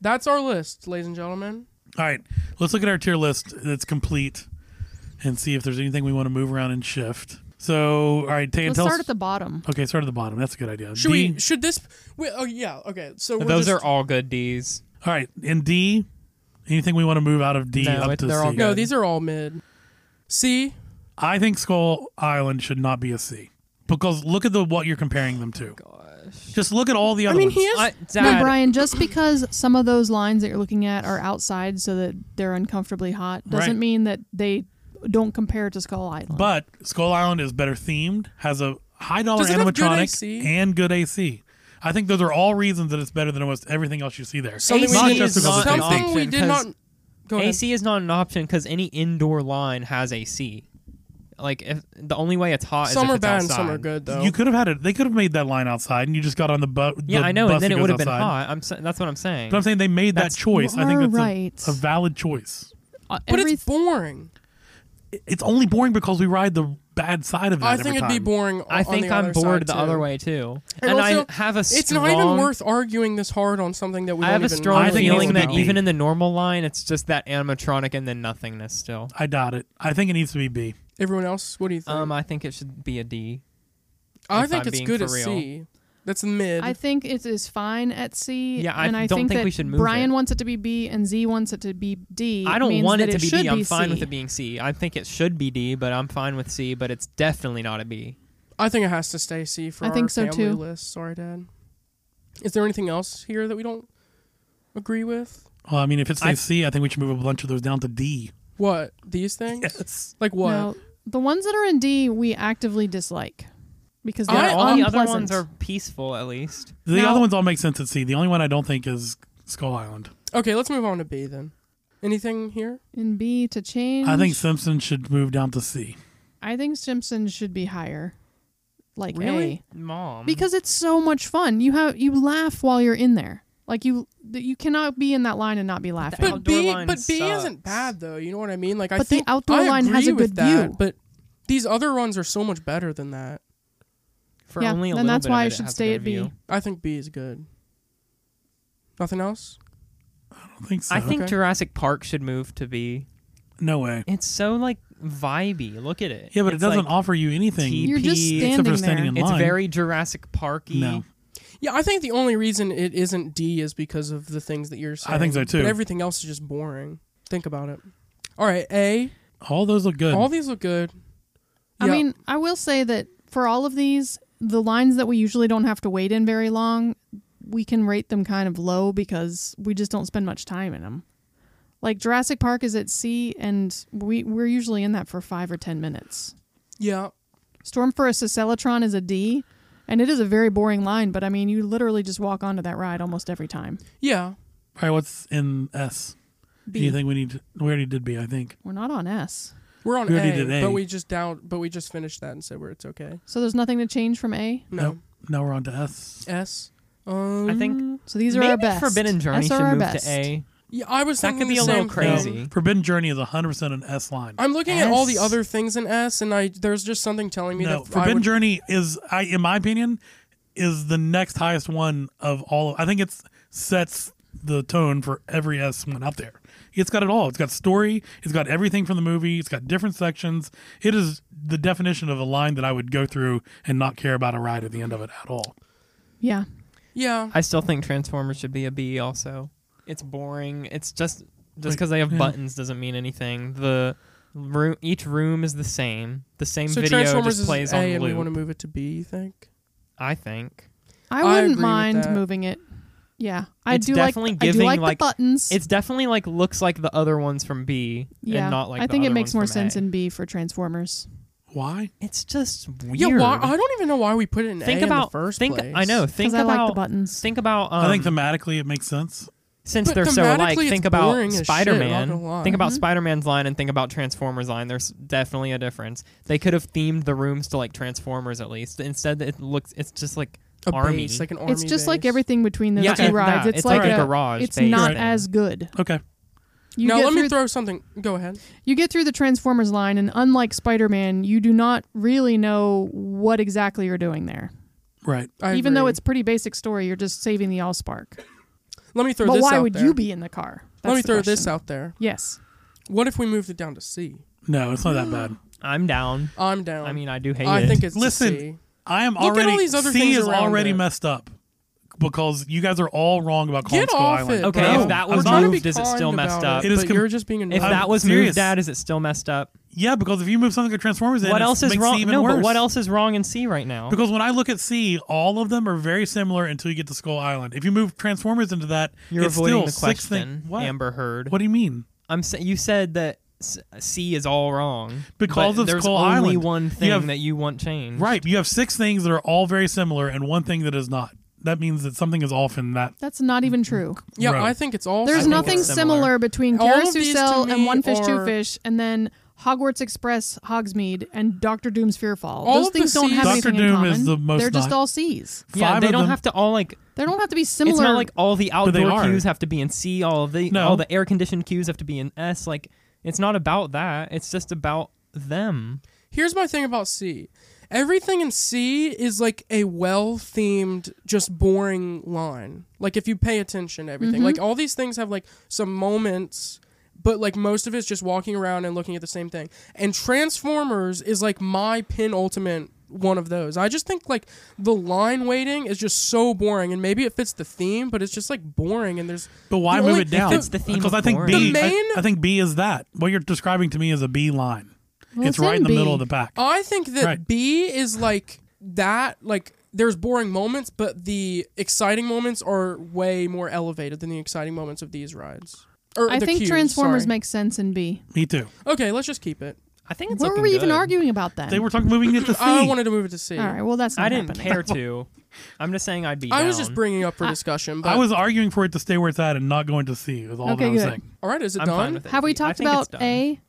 S4: That's our list, ladies and gentlemen.
S1: All right, let's look at our tier list that's complete, and see if there's anything we want to move around and shift. So, all right, Taya,
S3: Let's
S1: tell us.
S3: start at the bottom.
S1: okay, start at the bottom. That's a good idea.
S4: Should
S1: D,
S4: we? Should this? We, oh yeah. Okay. So we're
S2: Those
S4: just,
S2: are all good D's.
S1: All right, in D, anything we want to move out of D
S2: No,
S1: up
S2: it-
S1: to C.
S2: they're all
S4: No,
S2: good.
S4: these are all mid. C.
S1: I think Skull Island should not be a C because look at the what you're comparing them to.
S2: Gosh.
S1: Just look at all the
S4: Oh, I
S1: other
S4: mean,
S1: ones.
S4: he is.
S2: I,
S3: [laughs] No,
S2: Dad,
S3: Brian, just because some of those lines that you're looking at are outside so that they're uncomfortably hot doesn't
S1: Right.
S3: mean that they don't compare to Skull Island.
S1: but Skull Island is better themed, has a high dollar
S4: Does it have good
S1: animatronic
S4: AC?
S1: and good AC. I think those are all reasons that it's better than almost everything else you see there.
S4: something
S2: AC
S4: we did,
S2: is not an
S4: something we
S2: option,
S4: did not.
S2: 'cause
S4: Go ahead.
S2: AC is not an option because any indoor line has AC. Like if the only way it's hot is
S4: Some
S2: if
S4: are
S2: it's
S4: bad and
S2: outside.
S4: some are good though.
S1: You could have had it. They could have made that line outside, and you just got on the, bu- the
S2: Yeah, I know,
S1: bus
S2: and then
S1: that
S2: it
S1: goes
S2: would have been
S1: outside.
S2: hot. I'm sa- that's what I'm saying.
S1: But I'm saying they made
S2: That's-
S1: that choice. I think
S3: You
S1: that's a-
S3: are right.
S1: a, valid choice.
S3: Uh,
S4: but
S3: every-
S4: it's boring.
S1: It- It's only boring because we ride the bad side of it.
S4: I
S1: every
S4: think it'd be
S1: time.
S4: boring. o-
S2: I
S4: on
S2: think
S4: the
S2: I'm
S4: other
S2: bored
S4: side,
S2: the
S4: too.
S2: other way too,
S4: And
S2: and,
S4: also,
S2: I have a strong.
S4: It's not even worth arguing this hard on something that we.
S2: I have
S4: don't
S2: a
S4: even
S2: strong
S1: I think it
S2: feeling
S1: needs to
S2: that
S1: be B.
S2: even in the normal line, it's just that animatronic and then nothingness still.
S1: I doubt it. I think it needs to be B.
S4: Everyone else, what do you think?
S2: Um, I think it should be a D.
S4: I
S2: if
S4: think
S2: I'm
S4: it's
S2: being
S4: good
S2: for
S4: at
S2: real.
S4: C. That's mid.
S3: I think it is fine at C.
S2: Yeah, I
S3: and I
S2: don't think
S3: that
S2: we should move
S3: Brian
S2: it.
S3: wants it to be B and Z wants it to be D.
S2: I don't
S3: means
S2: want
S3: that
S2: it to be
S3: should
S2: D. I'm fine
S3: C.
S2: with it being C. I think it should be D, but I'm fine with C. But it's definitely not a B.
S4: I think it has to stay C for
S3: I
S4: our
S3: think so,
S4: family
S3: too.
S4: list. Sorry, Dad. Is there anything else here that we don't agree with?
S1: Well, I mean, if it's
S2: I-
S1: stays C, I think we should move a bunch of those down to D.
S4: What these things?
S1: Yes.
S4: Like what?
S3: No, the ones that are in D, we actively dislike because they're
S4: I-
S2: all
S3: unpleasant.
S2: the other ones are peaceful, at least.
S1: The
S4: Now-
S1: other ones all make sense at C. The only one I don't think is Skull Island.
S4: Okay, let's move on to B then. Anything here?
S3: in B to change.
S1: I think Simpson should move down to C.
S3: I think Simpsons should be higher, like
S4: Really?
S2: Mom,
S1: Mm.
S3: A, because it's so much fun. You have you laugh while you're in there. Like you, th- you cannot be in that line and not be laughing.
S2: But-
S4: But
S2: outdoor
S4: B,
S2: line
S4: but B
S2: sucks.
S4: isn't bad though. You know what I mean? Like I
S3: But the
S4: think
S3: outdoor
S4: I
S3: line has
S4: agree
S3: a
S4: with
S3: good
S4: that,
S3: view.
S4: But these other ones are so much better than that.
S2: for
S3: yeah,
S2: only a
S3: then
S2: little
S3: that's
S2: bit of
S3: why I
S2: it, it
S3: should
S2: has a
S3: stay
S2: good
S3: at B.
S2: view.
S4: I think B is good. Nothing else.
S1: I don't think so.
S2: I think
S4: Okay.
S2: Jurassic Park should move to B.
S1: no way.
S2: It's so like vibey. Look at it.
S1: Yeah, but
S2: It's,
S1: it doesn't
S2: like,
S1: offer you anything
S2: T-
S3: You're just
S2: EP,
S3: standing
S1: except for
S3: there.
S1: standing in
S2: It's
S1: line.
S2: very Jurassic Parky.
S1: No.
S4: Yeah, I think the only reason it isn't D is because of the things that you're saying.
S1: I think so, too.
S4: But everything else is just boring. Think about it. All right, A.
S1: all those look good.
S4: All these look good.
S3: I
S4: Yeah.
S3: mean, I will say that for all of these, the lines that we usually don't have to wait in very long, we can rate them kind of low because we just don't spend much time in them. Like Jurassic Park is at C, and we we're usually in that for five or ten minutes.
S4: yeah.
S3: Storm for a Cicellatron is a D, and it is a very boring line. But I mean, you literally just walk onto that ride almost every time.
S4: Yeah.
S1: all right, what's in S? Do you
S3: B.
S1: think we need? To, we already did B. I think.
S3: We're not on S,
S4: We're on
S1: We already
S4: a,
S1: did A.
S4: but we just down but we just finished that and said we're it's okay.
S3: so there's nothing to change from A.
S4: No.
S1: Nope. Now we're on to S.
S4: S. Um,
S2: I think
S3: So Mm, these are
S2: maybe
S3: our best.
S2: Forbidden Journey
S3: S are
S2: should
S3: our
S2: move
S3: best.
S2: to A.
S4: yeah, I was
S2: that
S4: thinking
S2: could be
S4: the
S2: a little
S4: same thing.
S2: crazy.
S1: No, Forbidden Journey is 100% an S line.
S4: I'm looking at all the
S2: S?
S4: other things in S and I there's just something telling me
S1: no,
S4: that I
S1: Forbidden
S4: would,
S1: Journey is, I in my opinion, is the next highest one of all. I think it sets the tone for every S one out there. It's got it all. It's got story. It's got everything from the movie. It's got different sections. It is the definition of a line that I would go through and not care about a ride at the end of it at all.
S3: Yeah,
S4: Yeah.
S2: I still think Transformers should be a B. Also, it's boring. It's just just
S1: Like,
S2: because they have
S1: yeah.
S2: buttons doesn't mean anything. The Room, each room is the same. The same
S4: so
S2: video
S4: Transformers
S2: just
S4: is
S2: plays
S4: A,
S2: on
S4: and we
S2: loop.
S4: want to move it to B. You think?
S2: I think
S3: I
S4: I agree
S3: wouldn't
S4: with
S3: mind
S4: that.
S3: moving it. Yeah, I
S2: It's
S3: do
S2: definitely
S3: like. I do
S2: giving,
S3: like,
S2: like-
S3: the buttons.
S2: it's definitely like looks like the other ones from B,
S3: yeah.
S2: and not like
S3: I
S2: the
S3: think it
S2: other ones
S3: makes more
S2: from
S3: sense
S2: A.
S3: in B for Transformers.
S1: Why?
S2: it's just weird.
S4: Yeah. Why? I don't even know why we put it in
S2: think
S4: A
S2: about
S4: in the first
S2: think.
S4: place.
S2: I know. Think
S3: Because I
S2: about
S3: like the buttons.
S2: think about. Um,
S1: I think thematically it makes sense.
S2: since
S4: But
S2: they're so alike,
S4: thematically, it's
S2: think about
S4: boring as shit,
S2: Spider
S4: I'm not gonna
S2: Man.
S4: lie.
S2: Think about
S3: Mhm.
S2: Spider Man's line and think about Transformers line. There's definitely a difference. They could have themed the rooms to like Transformers at least. Instead, it looks it's just like
S4: A
S2: Army.
S4: base, like an army.
S3: It's just like
S4: base.
S3: everything between those
S2: yeah,
S3: two
S2: it's
S3: rides.
S2: that.
S3: It's, like,
S2: a,
S3: a,
S2: garage.
S3: It's
S2: base
S3: not
S2: thing.
S3: as good.
S1: Okay.
S3: You
S4: now
S3: get
S4: let
S3: through
S4: me throw something. Go ahead.
S3: You get through the Transformers line, and unlike Spider Man, you do not really know what exactly you're doing there.
S1: Right.
S4: I
S3: Even though
S4: agree.
S3: it's pretty basic story, you're just saving the Allspark.
S4: let me throw
S3: but
S4: this
S3: why
S4: out
S3: would
S4: there.
S3: you be in the car?
S4: Let me
S3: That's the
S4: throw this
S3: question.
S4: out there.
S3: Yes.
S4: What if we moved it down to C?
S1: No, it's not that bad.
S2: I'm down.
S4: I'm down.
S2: I mean, I do hate
S4: um, I
S2: it.
S4: think it's to
S1: Listen,
S4: C.
S1: I am
S4: Look at all
S1: already.
S4: these other
S1: C
S4: things
S1: is
S4: around
S1: already
S4: it.
S1: messed up because you guys are all wrong about Kong
S4: Get
S1: Skull
S4: off
S1: Island.
S4: it,
S2: Okay,
S4: bro.
S2: if that
S1: I'm
S2: was
S1: not-
S4: Trying to
S2: moved,
S4: be
S2: is it
S4: kind
S2: still messed
S4: about
S2: up?
S1: It is
S4: but
S1: com-
S4: you're just being an
S2: if
S1: I'm
S2: that was
S1: serious.
S2: moved, Dad, is it still messed up?
S1: Yeah, because if you move something like Transformers in,
S2: what
S1: it
S2: else is
S1: makes
S2: wrong?
S1: It even
S2: no,
S1: worse.
S2: but what else is wrong in C right now?
S1: Because when I look at C, all of them are very similar until you get to Skull Island. If you move Transformers into that,
S2: You're
S1: it's
S2: avoiding
S1: still
S2: the
S1: six thing-
S2: question,
S1: What?
S2: Amber Heard.
S1: What do you mean?
S2: I'm sa- you said that s- C is all wrong
S1: Because
S2: but
S1: of
S2: there's
S1: Skull
S2: only
S1: Island.
S2: one
S1: You
S2: thing
S1: have-
S2: that you want changed.
S1: Right. You have six things that are all very similar and one thing that is not. That means that something is off in that.
S3: That's not even true.
S4: Yeah,
S1: row.
S4: Mm-hmm. I think it's all.
S3: There's
S4: C.
S2: think
S3: nothing
S2: it's
S3: similar.
S2: similar.
S3: between
S4: All of
S3: Carousel
S4: these to
S3: Cell and
S4: me
S3: One Fish, Two
S4: are-
S3: Fish, and then Hogwarts Express, Hogsmeade, and Doctor Doom's Fearfall.
S4: All
S3: Those
S4: of the
S3: things don't have
S4: Cs-
S1: Dr.
S3: anything in
S1: Doom
S3: common.
S1: is the most
S3: They're just
S1: not-
S3: all C's.
S2: Yeah,
S1: Five
S2: they
S1: of
S2: don't
S1: them-
S2: have to all like.
S3: They don't have to be similar.
S2: It's not like all the
S1: they
S2: outdoor
S1: are.
S2: cues have to be in C. All of the
S1: No.
S2: all the air conditioned cues have to be in S. Like it's not about that. It's just about them.
S4: Here's my thing about C. Everything in C is like a well themed, just boring line. Like if you pay attention to
S3: Mm-hmm.
S4: everything. Like all these things have like some moments, but like most of it's just walking around and looking at the same thing. And Transformers is like my penultimate one of those. I just think like the line waiting is just so boring and maybe it fits the theme, but it's just like boring and there's
S1: But why
S4: The
S1: move
S4: only-
S1: it down?
S2: If it's the theme
S1: because
S2: of
S1: I think
S2: boring.
S1: B.
S4: The
S1: I-
S4: main-
S1: I think B is that. What you're describing to me is a B line.
S3: Well,
S1: it's
S3: it's
S1: right in
S3: in
S1: the middle
S3: B.
S1: of the pack.
S4: I think that
S1: Right.
S4: B is like that. Like there's boring moments, but the exciting moments are way more elevated than the exciting moments of these rides. Or
S3: I
S4: the
S3: think
S4: queues,
S3: Transformers
S4: sorry.
S3: makes sense in B.
S1: Me too.
S4: Okay, let's just keep it.
S2: I think it's
S3: what
S2: looking
S3: were we even
S2: good.
S3: arguing about then?
S1: They were talking moving it to C.
S4: [laughs] I wanted to move it to C.
S3: All right. Well, that's not
S2: I didn't
S3: happening.
S1: [laughs]
S2: care to. I'm just saying I'd be.
S4: I was just
S2: down.
S4: bringing up for discussion. But
S1: I was arguing for it to stay where it's at and not going to C. Is all that
S3: Okay,
S1: I was
S3: good.
S1: saying.
S4: all right. Is it
S2: I'm
S4: done?
S2: fine with it.
S3: Have we
S2: I
S3: talked
S2: think it's
S3: about
S2: done.
S3: A?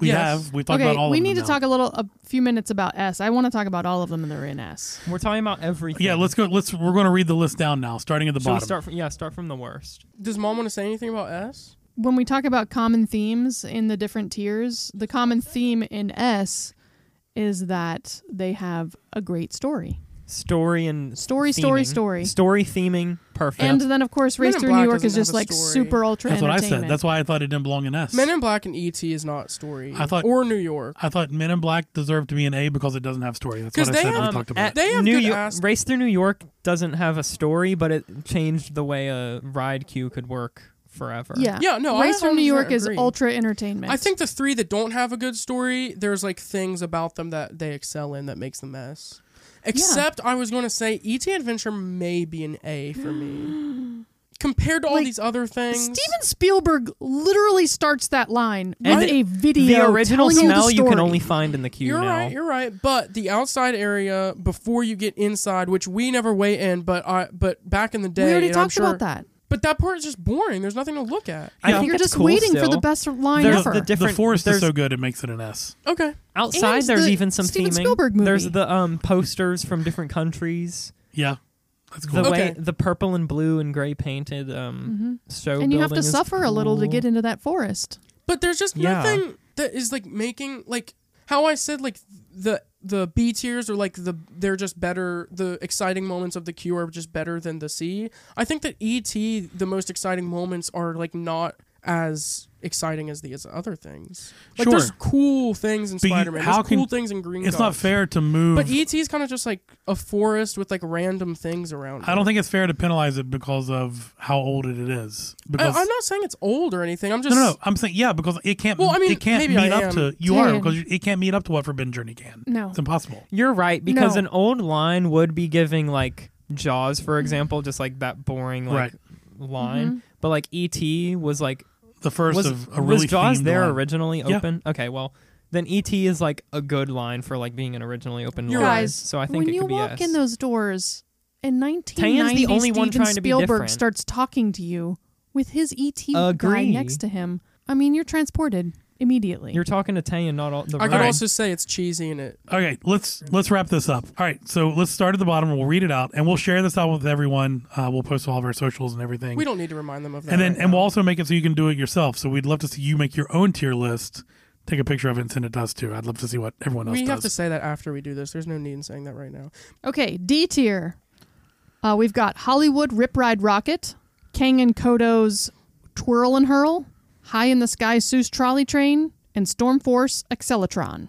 S1: We
S4: Yes.
S1: have. We talked
S3: okay,
S1: about all
S3: we
S1: of them
S3: need to
S1: now.
S3: talk a little, a few minutes about S. I want to talk about all of them, and they're in S.
S2: We're talking about everything.
S1: Yeah, let's go. Let's. We're going to read the list down now, starting at the
S2: Should we
S1: bottom.
S2: start from yeah, start from the worst.
S4: Does mom want to say anything about S?
S3: When we talk about common themes in the different tiers, the common theme in S is that they have a great story.
S2: Story and
S3: Story,
S2: theming.
S3: story, story.
S2: Story theming. Perfect.
S3: And then, of course,
S4: Men
S3: Race
S4: in
S3: Through
S4: Black
S3: New York is
S4: doesn't have
S3: just
S4: a
S3: like
S4: story.
S3: super ultra
S1: That's what I said.
S3: entertainment.
S1: That's why I thought it didn't belong in S.
S4: Men in Black and ET is not story.
S1: I thought-
S4: or New York.
S1: I thought Men in Black deserved to be an A because it doesn't have story. That's
S4: 'Cause
S1: what I
S4: they
S1: said. when we
S2: Um,
S1: talked about.
S2: at
S1: it.
S4: They have
S2: New
S4: good
S2: Yo-
S4: ass-
S2: Race through New York doesn't have a story, but it changed the way a ride queue could work forever.
S3: yeah.
S4: Yeah, no, I
S3: Race Through New
S4: 100%
S3: York is
S4: agree.
S3: ultra entertainment.
S4: I think the three that don't have a good story, there's like things about them that they excel in that makes them S. Except I was going to say ET Adventure may be an A for me.
S3: [gasps]
S4: Compared to all
S3: Like,
S4: these other things.
S3: Steven Spielberg literally starts that line with
S2: And the- The
S3: a video.
S2: original
S3: telling
S2: smell
S3: you,
S2: you,
S3: the
S2: can
S3: story.
S2: only find in the queue
S4: You're
S2: now.
S4: right, you're right. But the outside area before you get inside, which we never wait in, but I but back in the day.
S3: We already
S4: and I'm
S3: talked
S4: sure-
S3: about that.
S4: But that part is just boring. There's nothing to look at.
S2: I
S1: Yeah.
S2: think
S3: You're
S2: it's
S3: just
S2: cool
S3: waiting for
S2: still.
S3: the best line
S2: There's
S3: ever.
S2: the diff-
S1: the
S2: different-
S1: forest is
S2: there's-
S1: so good it makes it an S.
S4: Okay.
S2: Outside,
S3: And
S2: there's
S3: the
S2: even some
S3: Steven
S2: theming.
S3: Spielberg movie.
S2: There's the um, posters from different countries.
S1: Yeah, that's cool.
S2: The
S4: Okay.
S2: way the purple and blue and gray painted um, show
S3: Mm-hmm. and you have
S2: building
S3: to
S2: is
S3: suffer a little to
S2: cool.
S3: get into that forest.
S4: But there's just
S2: Yeah.
S4: nothing that is like making like how I said like the the B tiers are like the they're just better the exciting moments of the E Q are just better than the C. I think that ET the most exciting moments are like not as exciting as these other things. Like
S1: Sure.
S4: there's cool things in
S1: But you-
S4: Spider-Man.
S1: how
S4: There's cool
S1: can-
S4: things in Green.
S1: It's not
S4: Goblin.
S1: fair to move.
S4: But E ET's kind of just like a forest with like random things around.
S1: I
S4: it.
S1: don't think it's fair to penalize it because of how old it is. Because
S4: I, am not saying it's old or anything. I'm
S1: no,
S4: just
S1: no, no, I'm saying yeah because it can't.
S4: Well, I mean,
S1: it can't
S4: maybe
S1: meet
S4: I
S1: up
S4: am.
S1: to you are
S3: Dude.
S1: because it can't meet up to what Forbidden Journey can.
S3: No.
S1: it's impossible.
S2: You're right because
S3: No.
S2: an old line would be giving like Jaws, for example, just like that boring like line.
S3: Mm-hmm.
S2: But like E.T. was like
S1: The first
S2: was,
S1: of a really
S2: was Jaws
S1: themed
S2: there
S1: line.
S2: originally
S1: Yeah.
S2: open? Okay, well then E.T. is like a good line for like being an originally open
S4: You're
S2: line.
S4: right.
S3: Guys,
S2: So I think
S3: when
S2: it
S3: you
S2: could be
S3: walk
S2: yes.
S3: in those doors in 1990,
S2: Tanyan's the only one
S3: Steven
S2: trying to be
S3: Spielberg
S2: different.
S3: starts talking to you with his ET guy
S2: Agree.
S3: next to him. I mean, you're transported immediately.
S2: You're talking to Tay and not all the
S4: I could
S2: room.
S4: also say it's cheesy and it.
S1: Okay, let's let's wrap this up. All right, so let's start at the bottom. We'll read it out, and we'll share this out with everyone. Uh, we'll post all of our socials and everything.
S4: We don't need to remind them of that.
S1: and then
S4: right
S1: and
S4: now.
S1: we'll also make it so you can do it yourself. So we'd love to see you make your own tier list. Take a picture of it and send it to us too. I'd love to see what everyone else
S4: we
S1: does.
S4: have to say that after we do this. There's no need in saying that right now.
S3: okay, D tier. Uh, we've got Hollywood Rip Ride Rocket, Kang and Kodo's Twirl and Hurl, High in the Sky Seuss Trolley Train, and Storm Force Accelatron.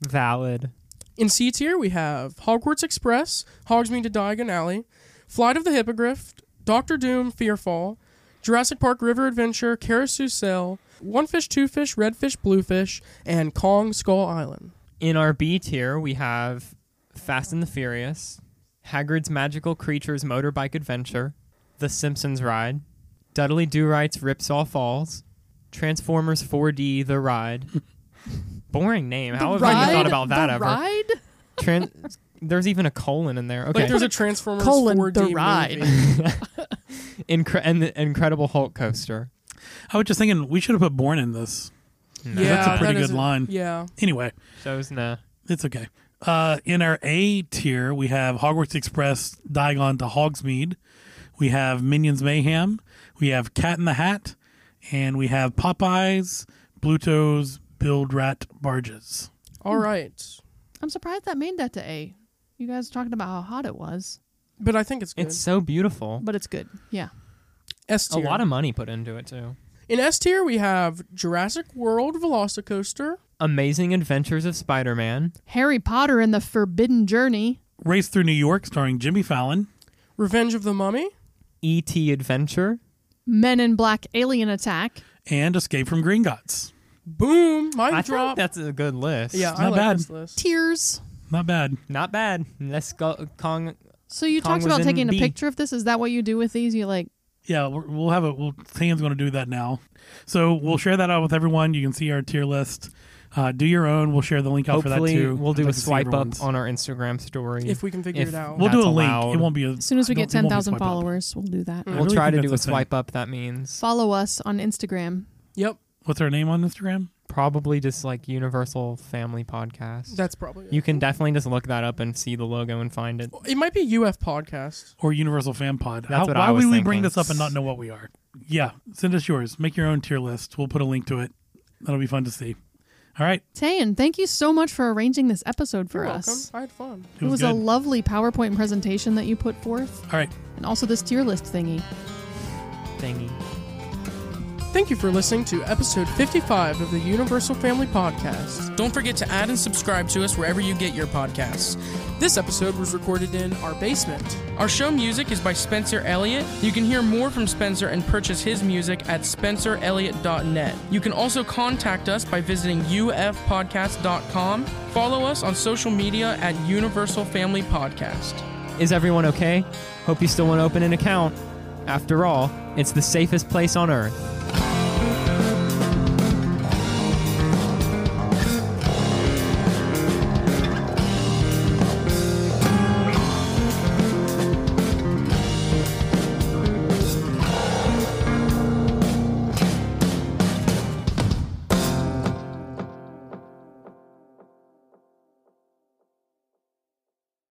S2: valid.
S4: In C tier, we have Hogwarts Express, Hogsmeade to Diagon Alley, Flight of the Hippogriff, Doctor Doom, Fearfall, Jurassic Park River Adventure, Carousel, One Fish, Two Fish, Red Fish, Blue Fish, and Kong Skull Island.
S2: In our B tier, we have Fast and the Furious, Hagrid's Magical Creatures Motorbike Adventure, The Simpsons Ride, Dudley Do Right's Ripsaw Falls, Transformers 4D The Ride. [laughs] Boring name. How have I
S3: Ride?
S2: even thought about that
S3: the
S2: ever?
S3: Ride?
S2: Tran- there's even a colon in there. Okay.
S4: Like there's a Transformers
S3: Colon,
S4: 4D
S3: the ride.
S4: movie.
S2: Incre- and the Incredible Hulk coaster.
S1: I was just thinking we should have put Born in this.
S2: No.
S4: Yeah,
S1: That's a pretty
S4: that
S1: good
S4: is
S1: line.
S4: Yeah,
S1: Anyway,
S2: Shows nah.
S1: it's okay. Uh, in our A tier, we have Hogwarts Express, Diagon to Hogsmeade. We have Minions Mayhem. We have Cat in the Hat. And we have Popeyes, Bluto's, Build Rat Barges.
S4: all right,
S3: I'm surprised that made that to A. You guys were talking about how hot it was,
S4: but I think it's good.
S2: It's so beautiful.
S3: but it's good. Yeah.
S4: S
S2: A
S4: tier.
S2: lot of money put into it too.
S4: In S tier, we have Jurassic World Velocicoaster,
S2: Amazing Adventures of Spider-Man,
S3: Harry Potter and the Forbidden Journey.
S1: Race Through New York, starring Jimmy Fallon.
S4: Revenge of the Mummy,
S2: E.T. E Adventure,
S3: Men in Black Alien Attack.
S1: and Escape from Green Gots.
S4: Boom, Mind
S2: I
S4: Drop.
S2: think that's a good list.
S4: yeah,
S1: It's
S4: I
S1: not
S4: like
S1: bad.
S4: this list.
S3: Tears.
S1: Not bad.
S2: Not bad. Let's go Kong.
S3: So you
S2: Kong
S3: talked
S2: was
S3: about
S2: in
S3: taking a
S2: B.
S3: picture of this. Is that what you do with these? You like
S1: Yeah, we're- we'll have it. We'll, Tan's going to do that now. So we'll share that out with everyone. You can see our tier list. Uh, do your own. We'll share the link out for that
S2: Hopefully,
S1: too.
S2: we'll
S1: I'd
S2: do
S1: like
S2: a
S1: to see
S2: swipe up
S1: everyone's.
S2: on our Instagram story.
S4: If we can figure
S2: If-
S4: it out.
S1: We'll do
S2: That's
S1: a link.
S2: allowed.
S1: It won't be a,
S3: as soon as we
S1: I don't- it
S3: get
S1: won't
S3: ten
S1: be
S3: thousand
S1: swipe up.
S3: followers, we'll do that.
S4: Mm.
S2: we'll
S1: really
S2: try to
S1: think
S2: do a
S1: that's a thing.
S2: swipe up. That means
S3: Follow us on Instagram.
S4: Yep,
S1: What's her name on Instagram?
S2: probably just like Universal Family Podcast.
S4: that's probably it.
S2: you can definitely just look that up and see the logo and find it.
S4: it might be UF Podcast.
S1: Or Universal Fan Pod.
S2: That's what
S1: why
S2: I was
S1: would we
S2: thinking.
S1: bring this up and not know what we are? Yeah, send us yours. Make your own tier list. We'll put a link to it. That'll be fun to see. All right.
S3: Tayan, thank you so much for arranging this episode for
S4: You're
S3: us.
S4: welcome. I had fun.
S1: It was,
S3: a
S1: good.
S3: lovely PowerPoint presentation that you put forth,
S1: All right.
S3: and also this tier list thingy.
S2: Thingy.
S4: Thank you for listening to episode 55 of the Universal Family Podcast. Don't forget to add and subscribe to us wherever you get your podcasts. This episode was recorded in our basement.
S5: Our show music is by Spencer Elliott. You can hear more from Spencer and purchase his music at spencerelliott.net. You can also contact us by visiting ufpodcast.com. Follow us on social media at Universal Family Podcast.
S2: Is everyone okay? Hope you still want to open an account. After all, it's the safest place on earth.